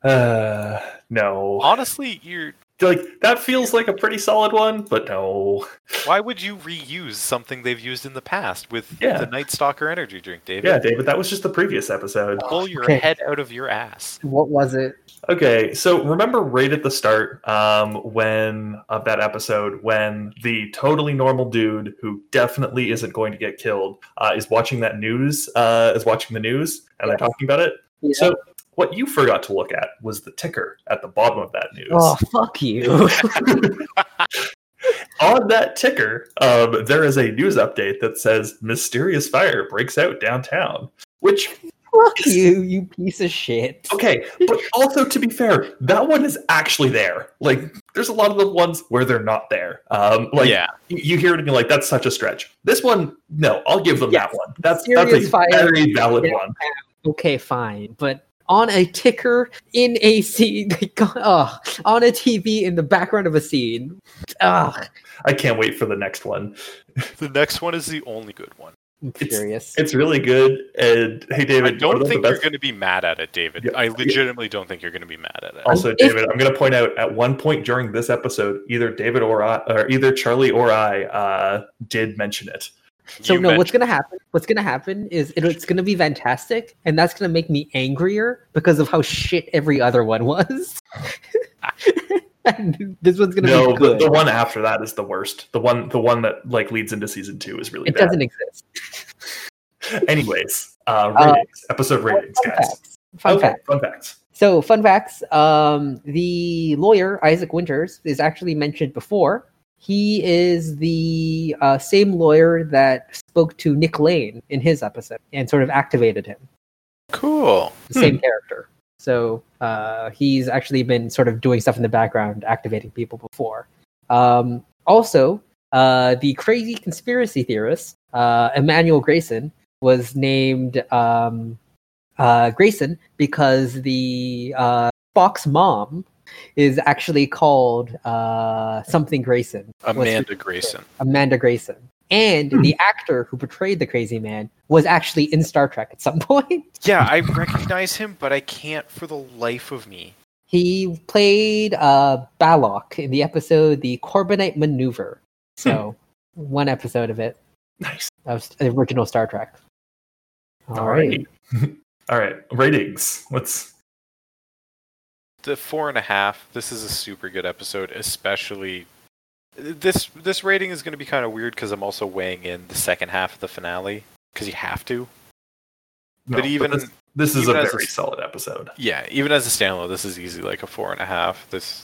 [SPEAKER 1] Uh, no.
[SPEAKER 2] Honestly, you're
[SPEAKER 1] Like that feels like a pretty solid one, but no.
[SPEAKER 2] why would you reuse something they've used in the past with
[SPEAKER 1] Yeah.
[SPEAKER 2] the Night Stalker energy drink, David?
[SPEAKER 1] Yeah, David, that was just the previous episode.
[SPEAKER 2] Pull your
[SPEAKER 3] Okay.
[SPEAKER 2] head out of your ass.
[SPEAKER 3] What was it?
[SPEAKER 1] Okay, so remember right at the start, um, when of that episode, when the totally normal dude who definitely isn't going to get killed uh, is watching that news, uh, is watching the news, and they're
[SPEAKER 3] Yes.
[SPEAKER 1] talking about it.
[SPEAKER 3] Yeah.
[SPEAKER 1] So what you forgot to look at was the ticker at the bottom of that news.
[SPEAKER 3] Oh, fuck you.
[SPEAKER 1] on that ticker, um, there is a news update that says mysterious fire breaks out downtown. Which
[SPEAKER 3] fuck you, you piece of shit.
[SPEAKER 1] okay, but also to be fair, that one is actually there. Like, there's a lot of the ones where they're not there. Um, like
[SPEAKER 2] yeah.
[SPEAKER 1] you, you hear it and you're like, that's such a stretch. This one, no, I'll give them that
[SPEAKER 3] Yes.
[SPEAKER 1] one. That's that's a
[SPEAKER 3] Mysterious fire
[SPEAKER 1] very valid
[SPEAKER 3] Yeah.
[SPEAKER 1] one.
[SPEAKER 3] Okay, fine. But on a ticker in a scene, like, ugh, on a TV in the background of a scene. Ugh,
[SPEAKER 1] I can't wait for the next one.
[SPEAKER 2] The next one is the only good one.
[SPEAKER 3] I'm
[SPEAKER 1] It's-
[SPEAKER 3] furious.
[SPEAKER 1] It's really good. And hey, David,
[SPEAKER 2] I
[SPEAKER 1] one of
[SPEAKER 2] don't
[SPEAKER 1] the
[SPEAKER 2] think
[SPEAKER 1] best-
[SPEAKER 2] you're going to be mad at it, David.
[SPEAKER 1] Yeah,
[SPEAKER 2] I
[SPEAKER 1] yeah.
[SPEAKER 2] legitimately don't think you're going to be mad at it.
[SPEAKER 1] Also,
[SPEAKER 3] If-
[SPEAKER 1] David, I'm going to point out at one point during this episode, either David or I, or either Charlie or I, uh, did mention it.
[SPEAKER 3] so
[SPEAKER 2] You
[SPEAKER 3] no, what's
[SPEAKER 2] mentioned-
[SPEAKER 3] gonna happen? What's gonna happen is it, it's gonna be fantastic, and that's gonna make me angrier because of how shit every other one was. and this one's gonna
[SPEAKER 1] No,
[SPEAKER 3] be
[SPEAKER 1] the,
[SPEAKER 3] good.
[SPEAKER 1] the one after that is the worst. The one, the one that like leads into season two is really
[SPEAKER 3] it
[SPEAKER 1] bad.
[SPEAKER 3] doesn't exist.
[SPEAKER 1] Anyways, uh,
[SPEAKER 3] Uh,
[SPEAKER 1] ratings, episode ratings,
[SPEAKER 3] Fun
[SPEAKER 1] guys.
[SPEAKER 3] facts. Fun
[SPEAKER 1] okay,
[SPEAKER 3] facts.
[SPEAKER 1] fun facts.
[SPEAKER 3] So, fun facts: um, the lawyer Isaac Winters is actually mentioned before. He is the uh, same lawyer that spoke to Nick Lane in his episode and sort of activated him.
[SPEAKER 2] cool.
[SPEAKER 3] The same character. So uh, he's actually been sort of doing stuff in the background, activating people before. Um, also, uh, the crazy conspiracy theorist uh, Emmanuel Grayson was named um, uh, Grayson because the uh, Fox mom is actually called uh, something Grayson.
[SPEAKER 2] Amanda Grayson.
[SPEAKER 3] Amanda Grayson. And the actor who portrayed the crazy man was actually in Star Trek at some point.
[SPEAKER 2] Yeah, I recognize him, but I can't for the life of me.
[SPEAKER 3] He played uh, Balok in the episode The Corbinite Maneuver. So, one episode of it,
[SPEAKER 1] Nice.
[SPEAKER 3] of s- the original Star Trek. All right.
[SPEAKER 1] All right, ratings. Let's.
[SPEAKER 2] The four and a half. This is a super good episode, especially. This this rating is going to be kind of weird because I'm also weighing in the second half of the finale because you have to.
[SPEAKER 1] no,
[SPEAKER 2] but even
[SPEAKER 1] this, this is
[SPEAKER 2] even
[SPEAKER 1] a
[SPEAKER 2] as a
[SPEAKER 1] very
[SPEAKER 2] s-
[SPEAKER 1] solid episode.
[SPEAKER 2] yeah, even as a standalone, this is easy like a four and a half. This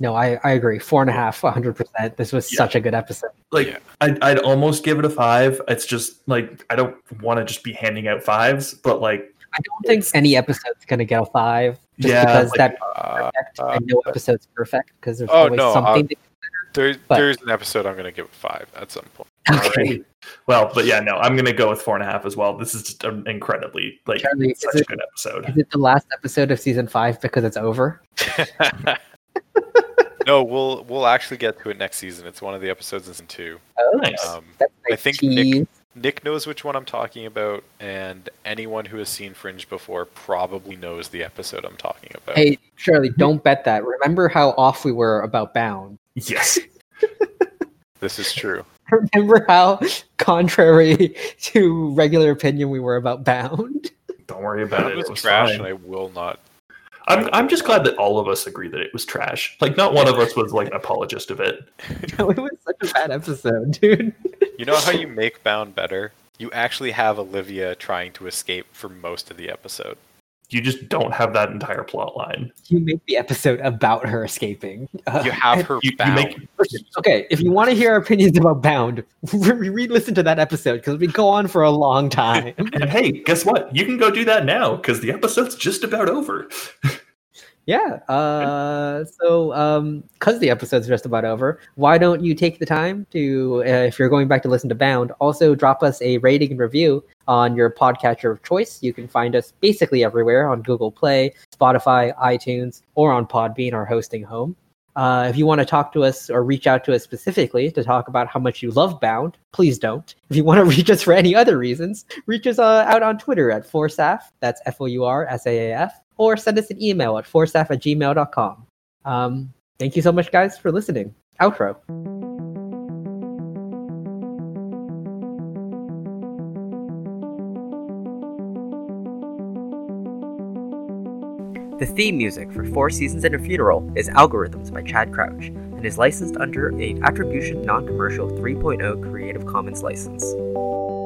[SPEAKER 3] No, I, I agree. Four and a half, 100%. This was
[SPEAKER 1] Yeah.
[SPEAKER 3] such a good episode.
[SPEAKER 1] Like
[SPEAKER 2] Yeah.
[SPEAKER 1] I'd, I'd almost give it a five. It's just like I don't want to just be handing out fives, but like
[SPEAKER 3] I don't think any episode's gonna get a five. Just
[SPEAKER 1] Yeah,
[SPEAKER 3] because
[SPEAKER 1] like-
[SPEAKER 3] that
[SPEAKER 2] Uh,
[SPEAKER 3] perfect,
[SPEAKER 2] uh,
[SPEAKER 3] and no episode's perfect because there's
[SPEAKER 2] Oh,
[SPEAKER 3] always
[SPEAKER 2] no,
[SPEAKER 3] something.
[SPEAKER 2] there,
[SPEAKER 3] But-
[SPEAKER 2] there's an episode I'm gonna give a five at some point.
[SPEAKER 3] to...
[SPEAKER 1] All right. Well, but yeah, no, I'm gonna go with four and a half as well. This is just an incredibly like
[SPEAKER 3] Charlie, is
[SPEAKER 1] such a
[SPEAKER 3] it-
[SPEAKER 1] good episode.
[SPEAKER 3] Is it the last episode of season five because it's over?
[SPEAKER 2] no, we'll we'll actually get to it next season. It's one of the episodes in season two.
[SPEAKER 3] Oh,
[SPEAKER 1] Nice.
[SPEAKER 2] Um,
[SPEAKER 3] that's
[SPEAKER 2] I
[SPEAKER 3] nice
[SPEAKER 2] think Nick-
[SPEAKER 3] tease.
[SPEAKER 2] Nick knows which one I'm talking about, and anyone who has seen Fringe before probably knows the episode I'm talking about.
[SPEAKER 3] Hey, Charlie, don't bet that. Remember how off we were about Bound.
[SPEAKER 1] Yes.
[SPEAKER 2] This is true.
[SPEAKER 3] Remember how contrary to regular opinion we were about Bound.
[SPEAKER 1] Don't worry about
[SPEAKER 2] That
[SPEAKER 1] it.
[SPEAKER 2] was
[SPEAKER 1] It was
[SPEAKER 2] trash,
[SPEAKER 1] fine.
[SPEAKER 2] and I will not.
[SPEAKER 1] I'm I'm just glad that all of us agree that it was trash. Like not one of us was like an apologist of it.
[SPEAKER 3] No, it was such a bad episode, dude.
[SPEAKER 2] You know how you make Bound better? You actually have Olivia trying to escape for most of the episode.
[SPEAKER 1] You just don't have that entire plot line.
[SPEAKER 3] You make the episode about her escaping. Uh,
[SPEAKER 2] You have her
[SPEAKER 1] You, you
[SPEAKER 2] bound.
[SPEAKER 1] make
[SPEAKER 3] Okay, if you want to hear our opinions about Bound, re-listen to that episode because we go on for a long time.
[SPEAKER 1] and hey, guess what? You can go do that now because the episode's just about over.
[SPEAKER 3] yeah. Uh, so, because the episode's just about over, why don't you take the time to, uh, if you're going back to listen to Bound, also drop us a rating and review on your podcatcher of choice. You can find us basically everywhere on Google Play, Spotify, iTunes, or on Podbean, our hosting home. Uh, if you want to talk to us or reach out to us specifically to talk about how much you love Bound, please don't. If you want to reach us for any other reasons, reach us uh, out on Twitter at Forsaf, that's F O U R S A A F, or send us an email at forsaf at gmail.com. Um, thank you so much, guys, for listening. Outro.
[SPEAKER 7] The theme music for Four Seasons and a Funeral is Algorithms by Chad Crouch and is licensed under a Attribution Non Commercial 3.0 Creative Commons oh license.